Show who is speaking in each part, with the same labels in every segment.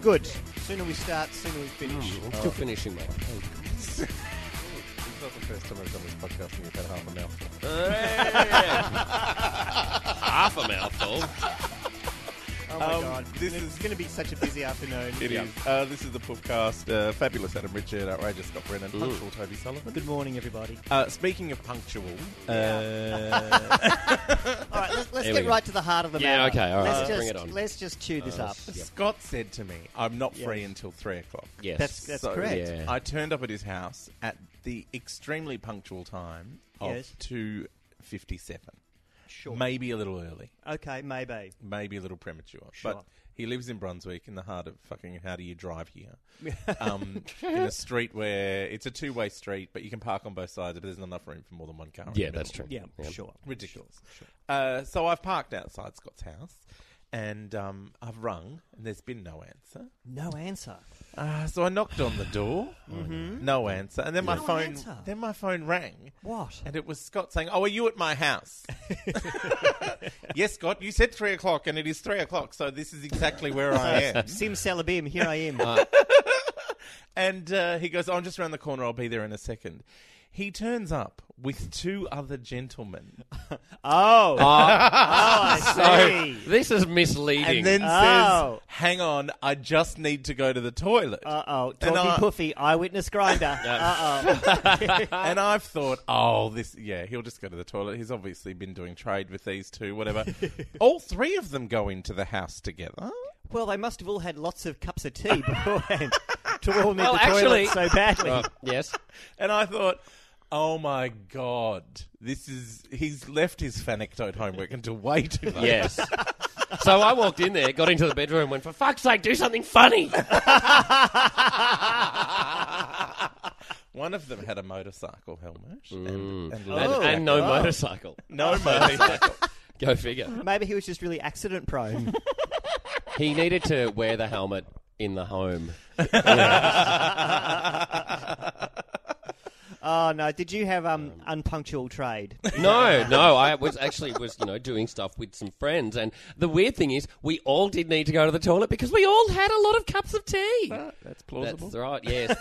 Speaker 1: Good. Sooner we start, sooner we finish.
Speaker 2: I'm still finishing, mate.
Speaker 3: It's not the first time I've done this podcast and you've had half a mouthful.
Speaker 2: Half a mouthful.
Speaker 1: Oh my
Speaker 3: Um,
Speaker 1: god.
Speaker 3: this
Speaker 1: it's
Speaker 3: is-
Speaker 1: going to be such a busy afternoon.
Speaker 3: It is. Uh, this is the podcast. Uh, fabulous Adam Richard, outrageous Scott Brennan, punctual Toby Sullivan.
Speaker 1: Good morning, everybody.
Speaker 3: Uh, speaking of punctual, uh,
Speaker 1: All right, let's, let's
Speaker 2: There we
Speaker 1: get
Speaker 2: go.
Speaker 1: right to the heart of the
Speaker 2: Yeah,
Speaker 1: matter.
Speaker 2: okay, all right,
Speaker 1: Let's
Speaker 2: let's
Speaker 1: just,
Speaker 2: bring it on. Oh,
Speaker 1: Let's just chew this up.
Speaker 3: Scott said to me, "I'm not
Speaker 1: Yeah.
Speaker 3: free until three o'clock."
Speaker 2: Yes.
Speaker 1: That's- that's correct.
Speaker 2: Yeah.
Speaker 3: I turned up at his house at the extremely punctual time of
Speaker 1: Yes.
Speaker 3: two fifty-seven.
Speaker 1: Sure.
Speaker 3: Maybe a little early,
Speaker 1: Okay, maybe.
Speaker 3: maybe a little premature.
Speaker 1: Sure.
Speaker 3: But he lives in Brunswick, in the heart of fucking. How do you drive here? um, in a street where it's a two-way street, but you can park on both sides, but there's not enough room for more than one car. in
Speaker 2: Yeah,
Speaker 3: the
Speaker 2: that's
Speaker 3: middle.
Speaker 2: true.
Speaker 1: Yeah, sure.
Speaker 3: Ridiculous. Uh, so I've parked outside Scott's house, and um, I've rung, and there's been no answer.
Speaker 1: No answer.
Speaker 3: Uh, so I knocked on the door, no answer, and then my
Speaker 1: Mm-hmm. No
Speaker 3: phone,
Speaker 1: answer.
Speaker 3: then my phone rang,
Speaker 1: What?
Speaker 3: and it was Scott saying, "Oh, are you at my house?" yes, Scott, you said three o'clock, and it is three o'clock, so this is exactly where I am.
Speaker 1: Sim Salabim, here I am.
Speaker 2: Uh,
Speaker 3: And uh, he goes, I'm just around the corner. I'll be there in a second. He turns up with two other gentlemen
Speaker 2: uh,
Speaker 1: oh. oh, I
Speaker 2: So
Speaker 1: see.
Speaker 2: this is misleading.
Speaker 3: and then
Speaker 1: Oh.
Speaker 3: says, Hang on, I just need to go to the toilet.
Speaker 1: Uh oh,
Speaker 3: And
Speaker 1: talking
Speaker 3: I-
Speaker 1: puffy, eyewitness grinder. uh oh,
Speaker 3: and I've thought, Oh, this, yeah, he'll just go to the toilet. He's obviously been doing trade with these two, whatever. All three of them go into the house together.
Speaker 1: well, they must have all had lots of cups of tea beforehand to all need
Speaker 2: Well,
Speaker 1: the
Speaker 2: actually-
Speaker 1: toilet so badly.
Speaker 2: Uh, yes.
Speaker 3: And I thought, Oh my God, this is, he's left his fanecdote homework until way too late.
Speaker 2: Yes. so I walked in there, got into the bedroom, went, for fuck's sake, do something funny.
Speaker 3: One of them had a motorcycle helmet and, and
Speaker 2: And,
Speaker 1: Oh.
Speaker 2: and no motorcycle.
Speaker 3: no motorcycle.
Speaker 2: Go figure.
Speaker 1: Maybe he was just really accident prone.
Speaker 2: He needed to wear the helmet in the home.
Speaker 1: oh no, did you have um, unpunctual trade?
Speaker 2: No, no, I was actually was, you know, doing stuff with some friends and the weird thing is we all did need to go to the toilet because we all had a lot of cups of tea.
Speaker 3: That's plausible.
Speaker 2: That's right, yes.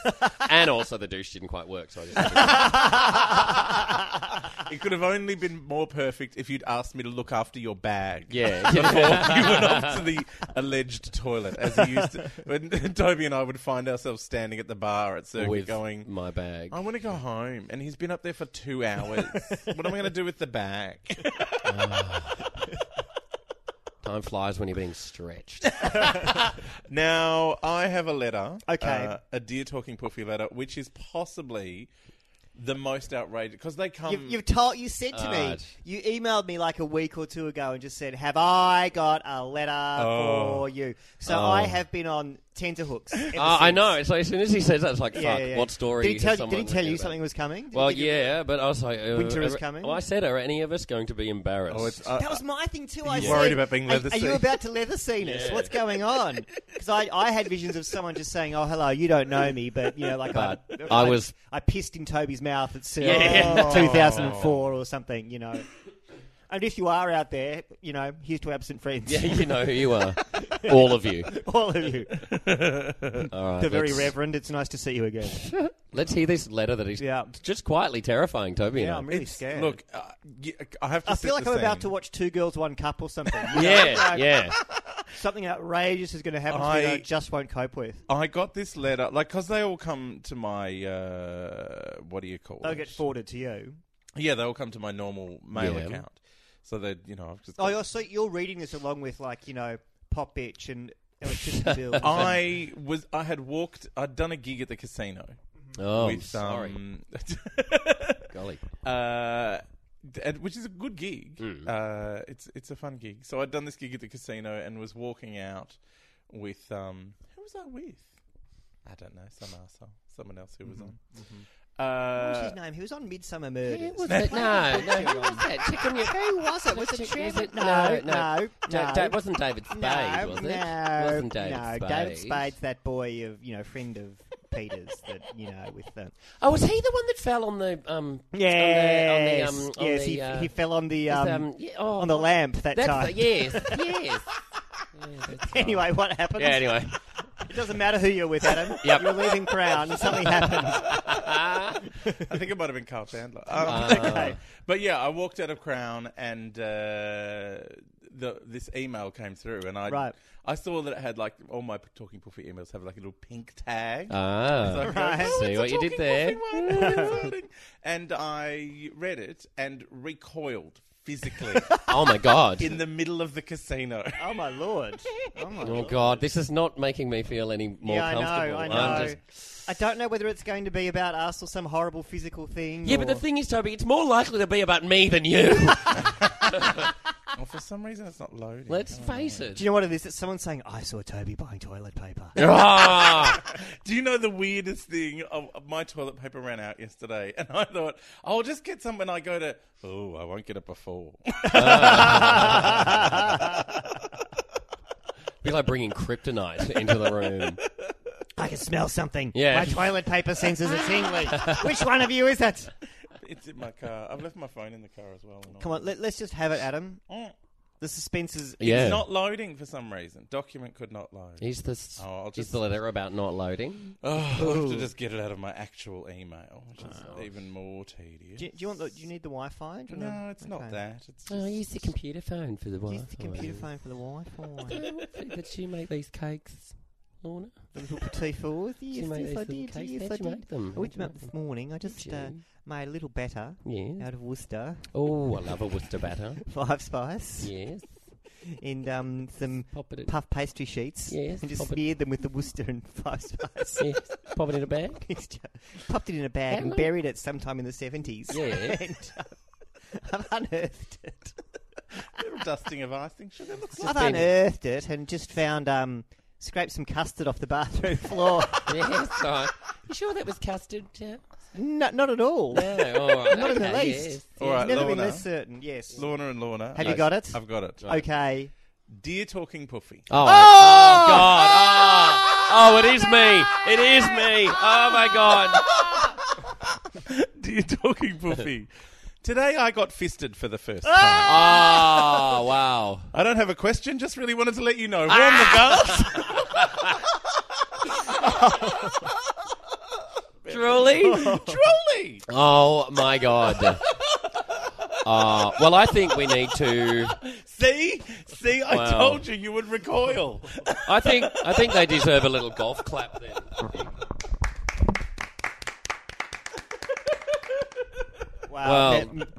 Speaker 2: and also the douche didn't quite work, so I just
Speaker 3: It could have only been more perfect if you'd asked me to look after your bag.
Speaker 2: Yeah.
Speaker 3: Before you went off to the alleged toilet, as you used to. When Toby and I would find ourselves standing at the bar at Circuit
Speaker 2: with
Speaker 3: going,
Speaker 2: my bag.
Speaker 3: I
Speaker 1: Oh.
Speaker 3: want to go home. And he's been up there for two hours. what am I going to do with the bag?
Speaker 2: Time flies when you're being stretched.
Speaker 3: Now, I have a letter.
Speaker 1: Okay.
Speaker 3: uh, a Dear Talking Puffy letter, which is possibly the most outrageous. Because they come.
Speaker 1: You've, you've told you said to me
Speaker 2: Alright.
Speaker 1: you emailed me like a week or two ago and just said, "Have I got a letter
Speaker 2: Oh.
Speaker 1: for you?" So I have been on tenterhooks. ever
Speaker 2: Uh, I
Speaker 1: since.
Speaker 2: know. So as soon as he says that, it's like,
Speaker 1: Yeah,
Speaker 2: fuck,
Speaker 1: yeah, yeah.
Speaker 2: what story?
Speaker 1: Did he tell
Speaker 2: has
Speaker 1: you,
Speaker 2: someone
Speaker 1: did he tell
Speaker 2: written
Speaker 1: you
Speaker 2: about?
Speaker 1: something was coming? Did he
Speaker 2: Well,
Speaker 1: give you-
Speaker 2: yeah, but I was like, uh,
Speaker 1: Winter is
Speaker 2: uh,
Speaker 1: coming?
Speaker 2: Well, I said, are any of us going to be embarrassed?
Speaker 3: Oh, it's, uh,
Speaker 1: That was my thing too. I
Speaker 3: you
Speaker 1: said,
Speaker 3: worried about being
Speaker 1: "Are-
Speaker 3: leather
Speaker 1: Are, you
Speaker 3: seat?"
Speaker 1: about to leather scene us?
Speaker 2: Yeah.
Speaker 1: What's going on? Because I, I had visions of someone just saying, "Oh, hello, you don't know me," but you know, like I,
Speaker 2: But I was-
Speaker 1: I pissed in Toby's mouth at Sir
Speaker 2: Yeah. Oh.
Speaker 1: 2004 or something, you know. And if you are out there, you know, here's to absent friends,
Speaker 2: yeah, you know who you are, all of you.
Speaker 1: all of you.
Speaker 2: All right,
Speaker 1: The very
Speaker 2: let's-
Speaker 1: reverend. It's nice to see you again.
Speaker 2: Let's hear this letter that he's
Speaker 1: Yeah.
Speaker 2: just quietly terrifying Toby.
Speaker 1: Yeah, I'm
Speaker 2: and I.
Speaker 1: really
Speaker 3: it's-
Speaker 1: scared.
Speaker 3: Look, uh, y- I have to
Speaker 1: I feel
Speaker 3: set
Speaker 1: like
Speaker 3: the
Speaker 1: I'm about
Speaker 3: scene.
Speaker 1: to watch Two Girls, One Cup or something.
Speaker 2: yeah, yeah.
Speaker 1: Something outrageous is going to happen to me that I
Speaker 3: I-
Speaker 1: just won't cope with.
Speaker 3: I got this letter, like, because they all come to my, uh, what do you call
Speaker 1: They'll
Speaker 3: it?
Speaker 1: get forwarded to you.
Speaker 3: Yeah, they all come to my normal mail
Speaker 2: Yeah.
Speaker 3: account. So they, you know, I've just.
Speaker 1: Oh,
Speaker 3: got-
Speaker 1: you're, so you're reading this along with like you know pop bitch and electricity bills.
Speaker 3: I was, I had walked, I'd done a gig at the casino
Speaker 2: Oh, I'm
Speaker 3: with,
Speaker 2: sorry,
Speaker 3: um,
Speaker 2: golly.
Speaker 3: uh, and- which is a good gig. Uh, it's it's a fun gig. So I'd done this gig at the casino and was walking out with um, who was I with? I don't know, some asshole, someone else who was on.
Speaker 1: What
Speaker 3: Uh,
Speaker 1: was his name? He was on Midsummer Murders.
Speaker 2: Who was it? No, no. Who was that? Chicken. Who
Speaker 1: was it? Was it
Speaker 2: chicken?
Speaker 1: Trevor?
Speaker 2: it?
Speaker 1: No,
Speaker 2: No,
Speaker 1: no,
Speaker 2: Da-
Speaker 1: no.
Speaker 2: da- it wasn't David Spade,
Speaker 1: no,
Speaker 2: was it?
Speaker 1: no,
Speaker 2: wasn't David
Speaker 1: no.
Speaker 2: Spade.
Speaker 1: David Spade's that boy of you know friend of Peter's that you know with the
Speaker 2: Oh, was he the one that fell on the um?
Speaker 1: yes,
Speaker 2: on the, um, on
Speaker 1: yes.
Speaker 2: the,
Speaker 1: he,
Speaker 2: uh,
Speaker 1: he fell on the
Speaker 2: was,
Speaker 1: um,
Speaker 2: um, yeah, oh,
Speaker 1: on the lamp that
Speaker 2: That's
Speaker 1: time.
Speaker 2: the- yes, yes. Yeah, that's right.
Speaker 1: Anyway, what happened?
Speaker 2: Yeah, anyway.
Speaker 1: It doesn't matter who you're with, Adam.
Speaker 2: Yep.
Speaker 1: You're leaving Crown. Something happens.
Speaker 2: Ah.
Speaker 3: I think it might have been Carl Chandler. Um, okay, but yeah, I walked out of Crown, and uh, the, this email came through, and I
Speaker 1: Right.
Speaker 3: I saw that it had like all my talking puffy emails have like a little pink tag.
Speaker 2: Ah,
Speaker 3: So I go,
Speaker 1: Right.
Speaker 3: "Oh,
Speaker 2: See
Speaker 3: it's a
Speaker 2: what you did
Speaker 3: talking
Speaker 2: there."
Speaker 3: puffy one. How exciting. and I read it and recoiled physically
Speaker 2: oh my god.
Speaker 3: in the middle of the casino.
Speaker 1: Oh my lord. Oh my
Speaker 2: Oh
Speaker 1: lord.
Speaker 2: god, this is not making me feel any more
Speaker 1: yeah, I know.
Speaker 2: comfortable.
Speaker 1: I
Speaker 2: I'm
Speaker 1: know. I don't know whether it's going to be about us or some horrible physical thing.
Speaker 2: Yeah, but the
Speaker 1: or-
Speaker 2: thing is, Toby, it's more likely to be about me than you.
Speaker 3: Well, for some reason, it's not loading.
Speaker 2: Let's
Speaker 3: Oh.
Speaker 2: face
Speaker 1: Do
Speaker 2: it.
Speaker 1: you know what it is? It's someone saying, "I saw Toby buying toilet paper."
Speaker 2: Ah,
Speaker 3: Do you know the weirdest thing? Of, my toilet paper ran out yesterday, and I thought I'll just get some. When I go to, oh, I won't get it before.
Speaker 2: be like bringing kryptonite into the room.
Speaker 1: I can smell something.
Speaker 2: Yeah.
Speaker 1: My toilet paper senses are tingly. Which one of you is it?
Speaker 3: it's in my car. I've left my phone in the car as well. and all.
Speaker 1: Come on, let, let's just have it, Adam.
Speaker 3: Mm.
Speaker 1: The suspense is.
Speaker 2: Yeah,
Speaker 3: It's not loading for some reason. Document could not load.
Speaker 2: he's the s-
Speaker 3: Oh, I'll
Speaker 2: he's
Speaker 3: just-
Speaker 2: the letter about not loading.
Speaker 3: Oh, I have to just get it out of my actual email, which is even more tedious.
Speaker 1: Do, you- do you want? The, do you need the Wi-Fi? Do you wanna-
Speaker 3: no, it's
Speaker 1: okay.
Speaker 3: not that. It's
Speaker 2: Oh, I
Speaker 3: just-
Speaker 2: use the computer phone for the Wi-Fi.
Speaker 1: Use the computer phone for the Wi-Fi.
Speaker 2: Did she make these cakes, Lorna?
Speaker 1: the little petit fours.
Speaker 2: She
Speaker 1: Yes, yes,
Speaker 2: made these
Speaker 1: I
Speaker 2: little
Speaker 1: did.
Speaker 2: cakes.
Speaker 1: Yes,
Speaker 2: How'd
Speaker 1: I
Speaker 2: you
Speaker 1: did.
Speaker 2: make them?
Speaker 1: I whipped them
Speaker 2: How'd
Speaker 1: up
Speaker 2: you
Speaker 1: this morning. I just
Speaker 2: you?
Speaker 1: uh, made a little batter
Speaker 2: Yeah.
Speaker 1: out of Worcester,
Speaker 2: Oh, I love a Worcester batter.
Speaker 1: five spice,
Speaker 2: Yes.
Speaker 1: and um, some
Speaker 2: Pop it. In.
Speaker 1: puff pastry sheets,
Speaker 2: Yes,
Speaker 1: and just
Speaker 2: pop it-
Speaker 1: smeared them with the Worcester and five spice.
Speaker 2: yes. Pop it in a bag.
Speaker 1: mixture, popped it in a bag
Speaker 2: Hello.
Speaker 1: and buried it sometime in the 70s.
Speaker 2: Yeah.
Speaker 1: and uh, I've unearthed it.
Speaker 3: dusting of icing sugar. That's
Speaker 1: I've
Speaker 2: been-
Speaker 1: unearthed it and just found, um, scraped some custard off the bathroom floor.
Speaker 2: yes. I, you sure that was custard? Yeah.
Speaker 1: no, not at all.
Speaker 2: No. All right.
Speaker 1: Not in the
Speaker 2: okay,
Speaker 1: least.
Speaker 2: yes.
Speaker 3: All right,
Speaker 1: Never been
Speaker 3: Lorna.
Speaker 1: less certain, yes.
Speaker 3: Lorna and Lorna.
Speaker 1: Have you got it?
Speaker 3: I've got it.
Speaker 1: Okay.
Speaker 3: Dear Talking Puffy.
Speaker 2: Oh, oh, God! Oh, oh, it is me! It is me! Oh my God!
Speaker 3: Dear Talking Puffy. Today I got fisted for the first time.
Speaker 1: Ah!
Speaker 2: Oh wow!
Speaker 3: I don't have a question, just really wanted to let you know. Warm
Speaker 1: Ah!
Speaker 3: the girls.
Speaker 2: Truly?
Speaker 3: Truly.
Speaker 2: Oh my God! Uh, well, I think we need to.
Speaker 3: See? See, I
Speaker 2: Wow.
Speaker 3: told you you would recoil.
Speaker 2: I think I think they deserve a little golf clap. Then
Speaker 1: Wow.
Speaker 2: Well-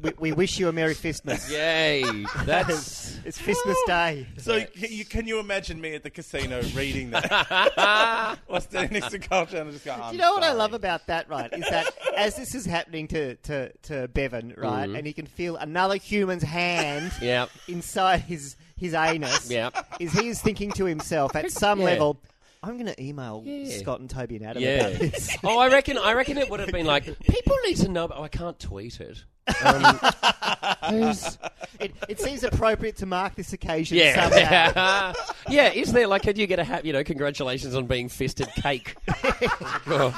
Speaker 1: that- we, we wish you a Merry Fistmas.
Speaker 2: yay! That's
Speaker 1: It's Fistmas Day.
Speaker 3: So c- you, can you imagine me at the casino reading that?
Speaker 2: ah.
Speaker 3: or standing next to Carl Chandler just going,
Speaker 1: Do you know what I love about that, right? Is that as this is happening to, to, to Bevan, right, and he can feel another human's hand
Speaker 2: Mm-hmm. yeah.
Speaker 1: inside his his anus
Speaker 2: Yeah.
Speaker 1: is he is thinking to himself at some
Speaker 2: Yeah.
Speaker 1: level, I'm going to email
Speaker 2: Yeah.
Speaker 1: Scott and Toby and Adam
Speaker 2: Yeah.
Speaker 1: about this.
Speaker 2: Oh, I reckon. I reckon it would have been like people need to know. But oh, I can't tweet it. Um, who's
Speaker 1: it, it seems appropriate to mark this occasion somehow.
Speaker 2: Yeah. yeah, is there like could you get a hat you know, congratulations on being fisted cake? Oh,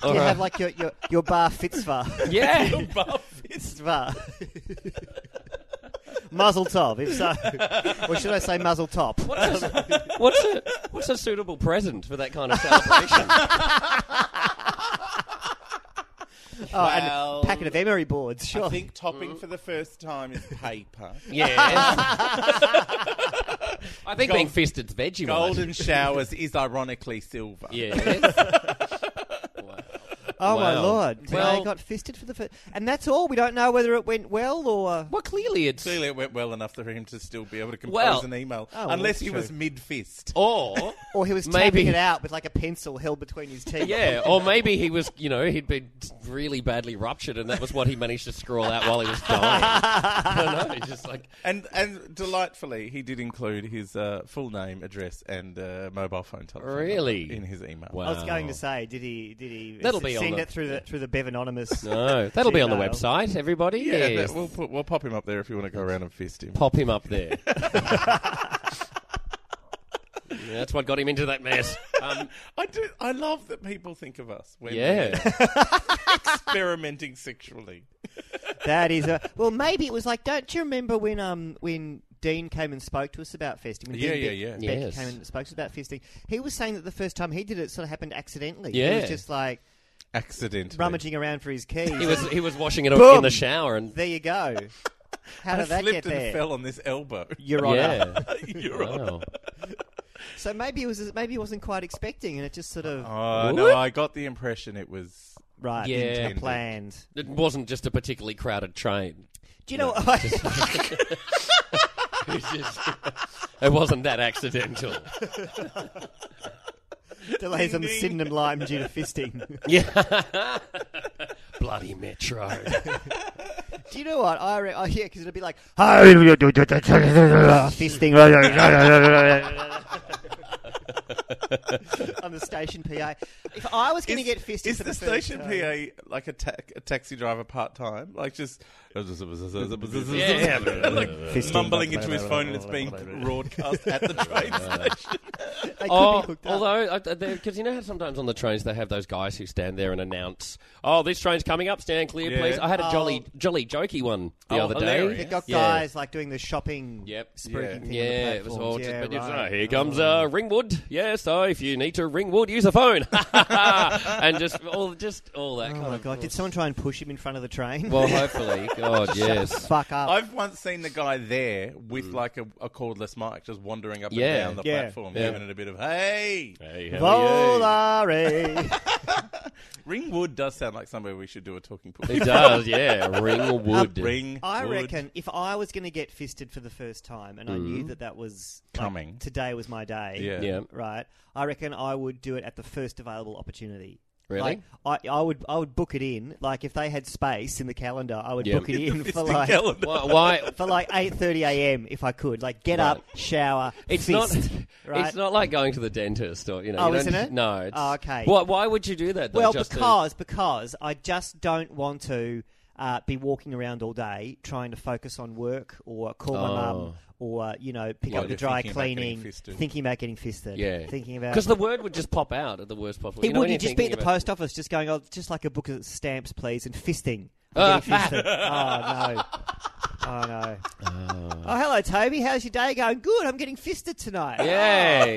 Speaker 1: Do you have like your, your, your bar fitzvah?
Speaker 2: yeah.
Speaker 1: fitzvah. muzzle top, if so. or should I say muzzle top?
Speaker 2: What's a, what's a what's a suitable present for that kind of celebration?
Speaker 1: Oh, and a packet of emery boards, sure.
Speaker 3: I think topping for the first time is paper.
Speaker 2: yes. I think being fisted's veggie
Speaker 3: Golden showers is ironically silver.
Speaker 2: Yes.
Speaker 1: oh, my
Speaker 2: Wow.
Speaker 1: lord. Today
Speaker 2: Well-
Speaker 1: got fisted for the first. And that's all. We don't know whether it went well or.
Speaker 2: Well clearly it's
Speaker 3: Clearly, it went well enough for him to still be able to compose
Speaker 2: Well-
Speaker 3: an email,
Speaker 1: Oh, well,
Speaker 3: unless he
Speaker 1: true.
Speaker 3: was mid fist.
Speaker 2: or
Speaker 1: Or he was
Speaker 2: Maybe.
Speaker 1: tapping it out with like a pencil held between his teeth.
Speaker 2: yeah, or maybe he was, you know, he'd been really badly ruptured, and that was what he managed to scrawl out while he was dying. I don't know, he's just like
Speaker 3: And and delightfully, he did include his uh, full name, address, and uh, mobile phone telephone number
Speaker 2: Really?
Speaker 3: in his email.
Speaker 2: wow.
Speaker 1: I was going to say, did he? Did he?
Speaker 2: That'll
Speaker 1: s-
Speaker 2: be on
Speaker 1: send
Speaker 2: the-
Speaker 1: it through the through the Bev anonymous.
Speaker 2: No, that'll be on the
Speaker 1: Gmail.
Speaker 2: website, everybody.
Speaker 3: Yeah,
Speaker 2: yes.
Speaker 3: that- we'll put, we'll pop him up there if you want to go around and fist him.
Speaker 2: Pop him up there. Yeah, that's what got him into that mess. Um,
Speaker 3: I do. I love that people think of us when
Speaker 2: yeah.
Speaker 3: we're experimenting sexually.
Speaker 1: That is a well. Maybe it was like. Don't you remember when um when Dean came and spoke to us about fisting. When
Speaker 3: Yeah,
Speaker 1: Dean
Speaker 3: yeah,
Speaker 1: Be-
Speaker 3: yeah.
Speaker 1: Beck
Speaker 2: Yes.
Speaker 1: came and spoke to us about fisting. He was saying that the first time he did it, it sort of happened accidentally. He
Speaker 2: Yeah.
Speaker 1: was just like
Speaker 3: Accident.
Speaker 1: rummaging around for his keys.
Speaker 2: He was he was washing it off
Speaker 1: Boom.
Speaker 2: in the shower and
Speaker 1: there you go. How
Speaker 3: I
Speaker 1: did that get
Speaker 3: slipped and
Speaker 1: there?
Speaker 3: fell on this elbow.
Speaker 1: Your Honor.
Speaker 2: yeah. Oh.
Speaker 3: You're on.
Speaker 2: Wow.
Speaker 1: So maybe it was maybe he wasn't quite expecting, and it just sort of
Speaker 3: Oh,
Speaker 2: What?
Speaker 3: no, I got the impression it was.
Speaker 1: right,
Speaker 2: Yeah.
Speaker 1: yeah,
Speaker 2: Intended.
Speaker 1: planned.
Speaker 2: It wasn't just a particularly crowded train.
Speaker 1: Do you know? what
Speaker 2: It, just- it wasn't that accidental.
Speaker 1: delays on the
Speaker 3: Ding, ding.
Speaker 1: Sydenham Lime due to fisting.
Speaker 2: Yeah. Bloody metro.
Speaker 1: Do you know what? I re- oh, yeah, because it'd be like fisting on the station PA. If I was going to
Speaker 3: Is-
Speaker 1: get fisted,
Speaker 3: Is
Speaker 1: for
Speaker 3: the,
Speaker 1: the, first
Speaker 3: station
Speaker 1: time-
Speaker 3: PA like a, ta- a taxi driver part time? Like just
Speaker 2: Yeah.
Speaker 3: like mumbling into his phone and it's being broadcast at the train station.
Speaker 1: They could be
Speaker 2: Oh,
Speaker 1: hooked up.
Speaker 2: although, because you know how sometimes on the trains they have those guys who stand there and announce, "Oh, this train's coming up, stand clear,
Speaker 3: Yeah.
Speaker 2: please." I had a
Speaker 1: Oh.
Speaker 2: jolly, jolly jokey one the
Speaker 3: Oh,
Speaker 2: other
Speaker 1: they
Speaker 2: day.
Speaker 3: hilarious.
Speaker 1: got
Speaker 2: Yeah.
Speaker 1: guys like doing the shopping,
Speaker 2: Yep.
Speaker 1: spooky
Speaker 3: Yeah.
Speaker 1: thing. on
Speaker 2: Yeah,
Speaker 1: the
Speaker 2: it was all
Speaker 1: platforms.
Speaker 2: just.
Speaker 1: Yeah,
Speaker 2: but it's,
Speaker 1: right.
Speaker 2: oh, here comes uh, Ringwood. Yeah, so if you need to Ringwood, use a phone, and just all just all that
Speaker 1: Oh
Speaker 2: kind
Speaker 1: my
Speaker 2: of.
Speaker 1: god! Did someone try and push him in front of the train?
Speaker 2: Well, hopefully, God, yes.
Speaker 1: fuck up.
Speaker 3: I've once seen the guy there with like a, a cordless mic just wandering up
Speaker 2: Mm. Yeah.
Speaker 3: and down the
Speaker 1: Yeah.
Speaker 3: platform,
Speaker 2: Yeah.
Speaker 3: giving it a bit of hey.
Speaker 2: Hey, how are you?
Speaker 1: Volare.
Speaker 3: Ringwood does sound like somewhere we should do a talking pool.
Speaker 2: It does, yeah. Ringwood.
Speaker 3: Ring.
Speaker 1: I reckon if I was going to get fisted for the first time, and I knew that that was like,
Speaker 3: Coming.
Speaker 1: today was my day.
Speaker 3: Yeah.
Speaker 2: Mm. Yeah.
Speaker 1: right? I reckon I would do it at the first available opportunity.
Speaker 2: Really?
Speaker 1: Like, I, I would I would book it in. Like if they had space in the calendar, I would
Speaker 2: Yeah.
Speaker 1: book it in for
Speaker 3: Fisting
Speaker 1: like
Speaker 3: calendar.
Speaker 2: Why? why
Speaker 1: for like eight thirty a.m. if I could. Like get up, shower,
Speaker 2: it's not.
Speaker 1: fist. right?
Speaker 2: It's not like going to the dentist, or you know.
Speaker 1: Oh,
Speaker 2: you don't-
Speaker 1: isn't it?
Speaker 2: No. It's,
Speaker 1: Oh, okay.
Speaker 2: Why, why would you do that? Though,
Speaker 1: well,
Speaker 2: just to-
Speaker 1: because because I just don't want to uh, be walking around all day trying to focus on work or call my mum
Speaker 2: Oh.
Speaker 1: or uh, you know pick
Speaker 3: While
Speaker 1: up the
Speaker 3: you're
Speaker 1: dry
Speaker 3: thinking about getting
Speaker 1: cleaning,
Speaker 3: fisted.
Speaker 1: thinking about getting fisted,
Speaker 2: yeah,
Speaker 1: thinking about
Speaker 2: because the word would just pop out at the worst possible.
Speaker 1: He
Speaker 2: you know,
Speaker 1: would.
Speaker 2: when
Speaker 1: You
Speaker 2: you're
Speaker 1: just be at the
Speaker 2: thinking about-
Speaker 1: post office, just going, oh, just like a book of stamps, please, and fisting.
Speaker 2: Ah.
Speaker 1: I'm getting fisted. oh no. Oh no. Oh. hello, Toby. How's your day going? Good. I'm getting fisted tonight.
Speaker 2: Yay!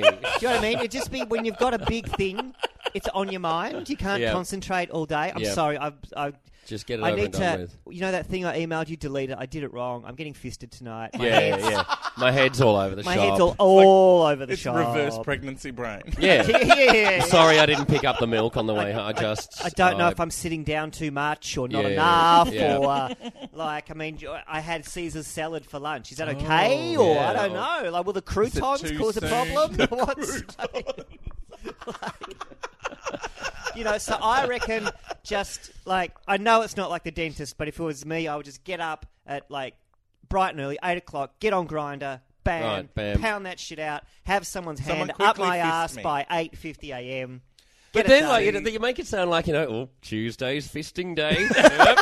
Speaker 1: Do you know what I mean? It just be when you've got a big thing, it's on your mind. You can't
Speaker 2: Yeah.
Speaker 1: concentrate all day. I'm
Speaker 2: Yeah.
Speaker 1: sorry. I, I,
Speaker 2: just get it
Speaker 1: I
Speaker 2: over
Speaker 1: need
Speaker 2: and done
Speaker 1: to.
Speaker 2: with.
Speaker 1: You know that thing I emailed you? Delete it. I did it wrong. I'm getting fisted tonight. My
Speaker 2: Yeah,
Speaker 1: head's,
Speaker 2: yeah. My head's all over the
Speaker 1: my
Speaker 2: shop.
Speaker 1: head's all, all over the
Speaker 3: It's
Speaker 1: shop.
Speaker 3: reverse pregnancy brain.
Speaker 2: Yeah.
Speaker 1: yeah.
Speaker 2: Sorry, I didn't pick up the milk on the way. home. I just. uh,
Speaker 1: I don't know if I'm sitting down too much or not
Speaker 2: Yeah,
Speaker 1: enough,
Speaker 2: yeah.
Speaker 1: or uh, like I mean, I had Caesar salad for lunch. Is that okay, or
Speaker 2: Oh, yeah.
Speaker 1: I don't know? Like, will the croutons
Speaker 3: too
Speaker 1: cause a
Speaker 3: soon?
Speaker 1: problem? What's like, you know? So I reckon just like I know it's not like the dentist, but if it was me, I would just get up at like bright and early, eight o'clock, get on grinder. Bam,
Speaker 2: Right, bam.
Speaker 1: pound that shit out. Have someone's
Speaker 3: Someone
Speaker 1: hand up
Speaker 3: quickly
Speaker 1: my
Speaker 3: fist
Speaker 1: ass
Speaker 3: me.
Speaker 1: by eight fifty a.m.
Speaker 2: But
Speaker 1: Get it
Speaker 2: then,
Speaker 1: done.
Speaker 2: like, you, know, you make it sound like you know, oh, Tuesday's fisting day. Yep.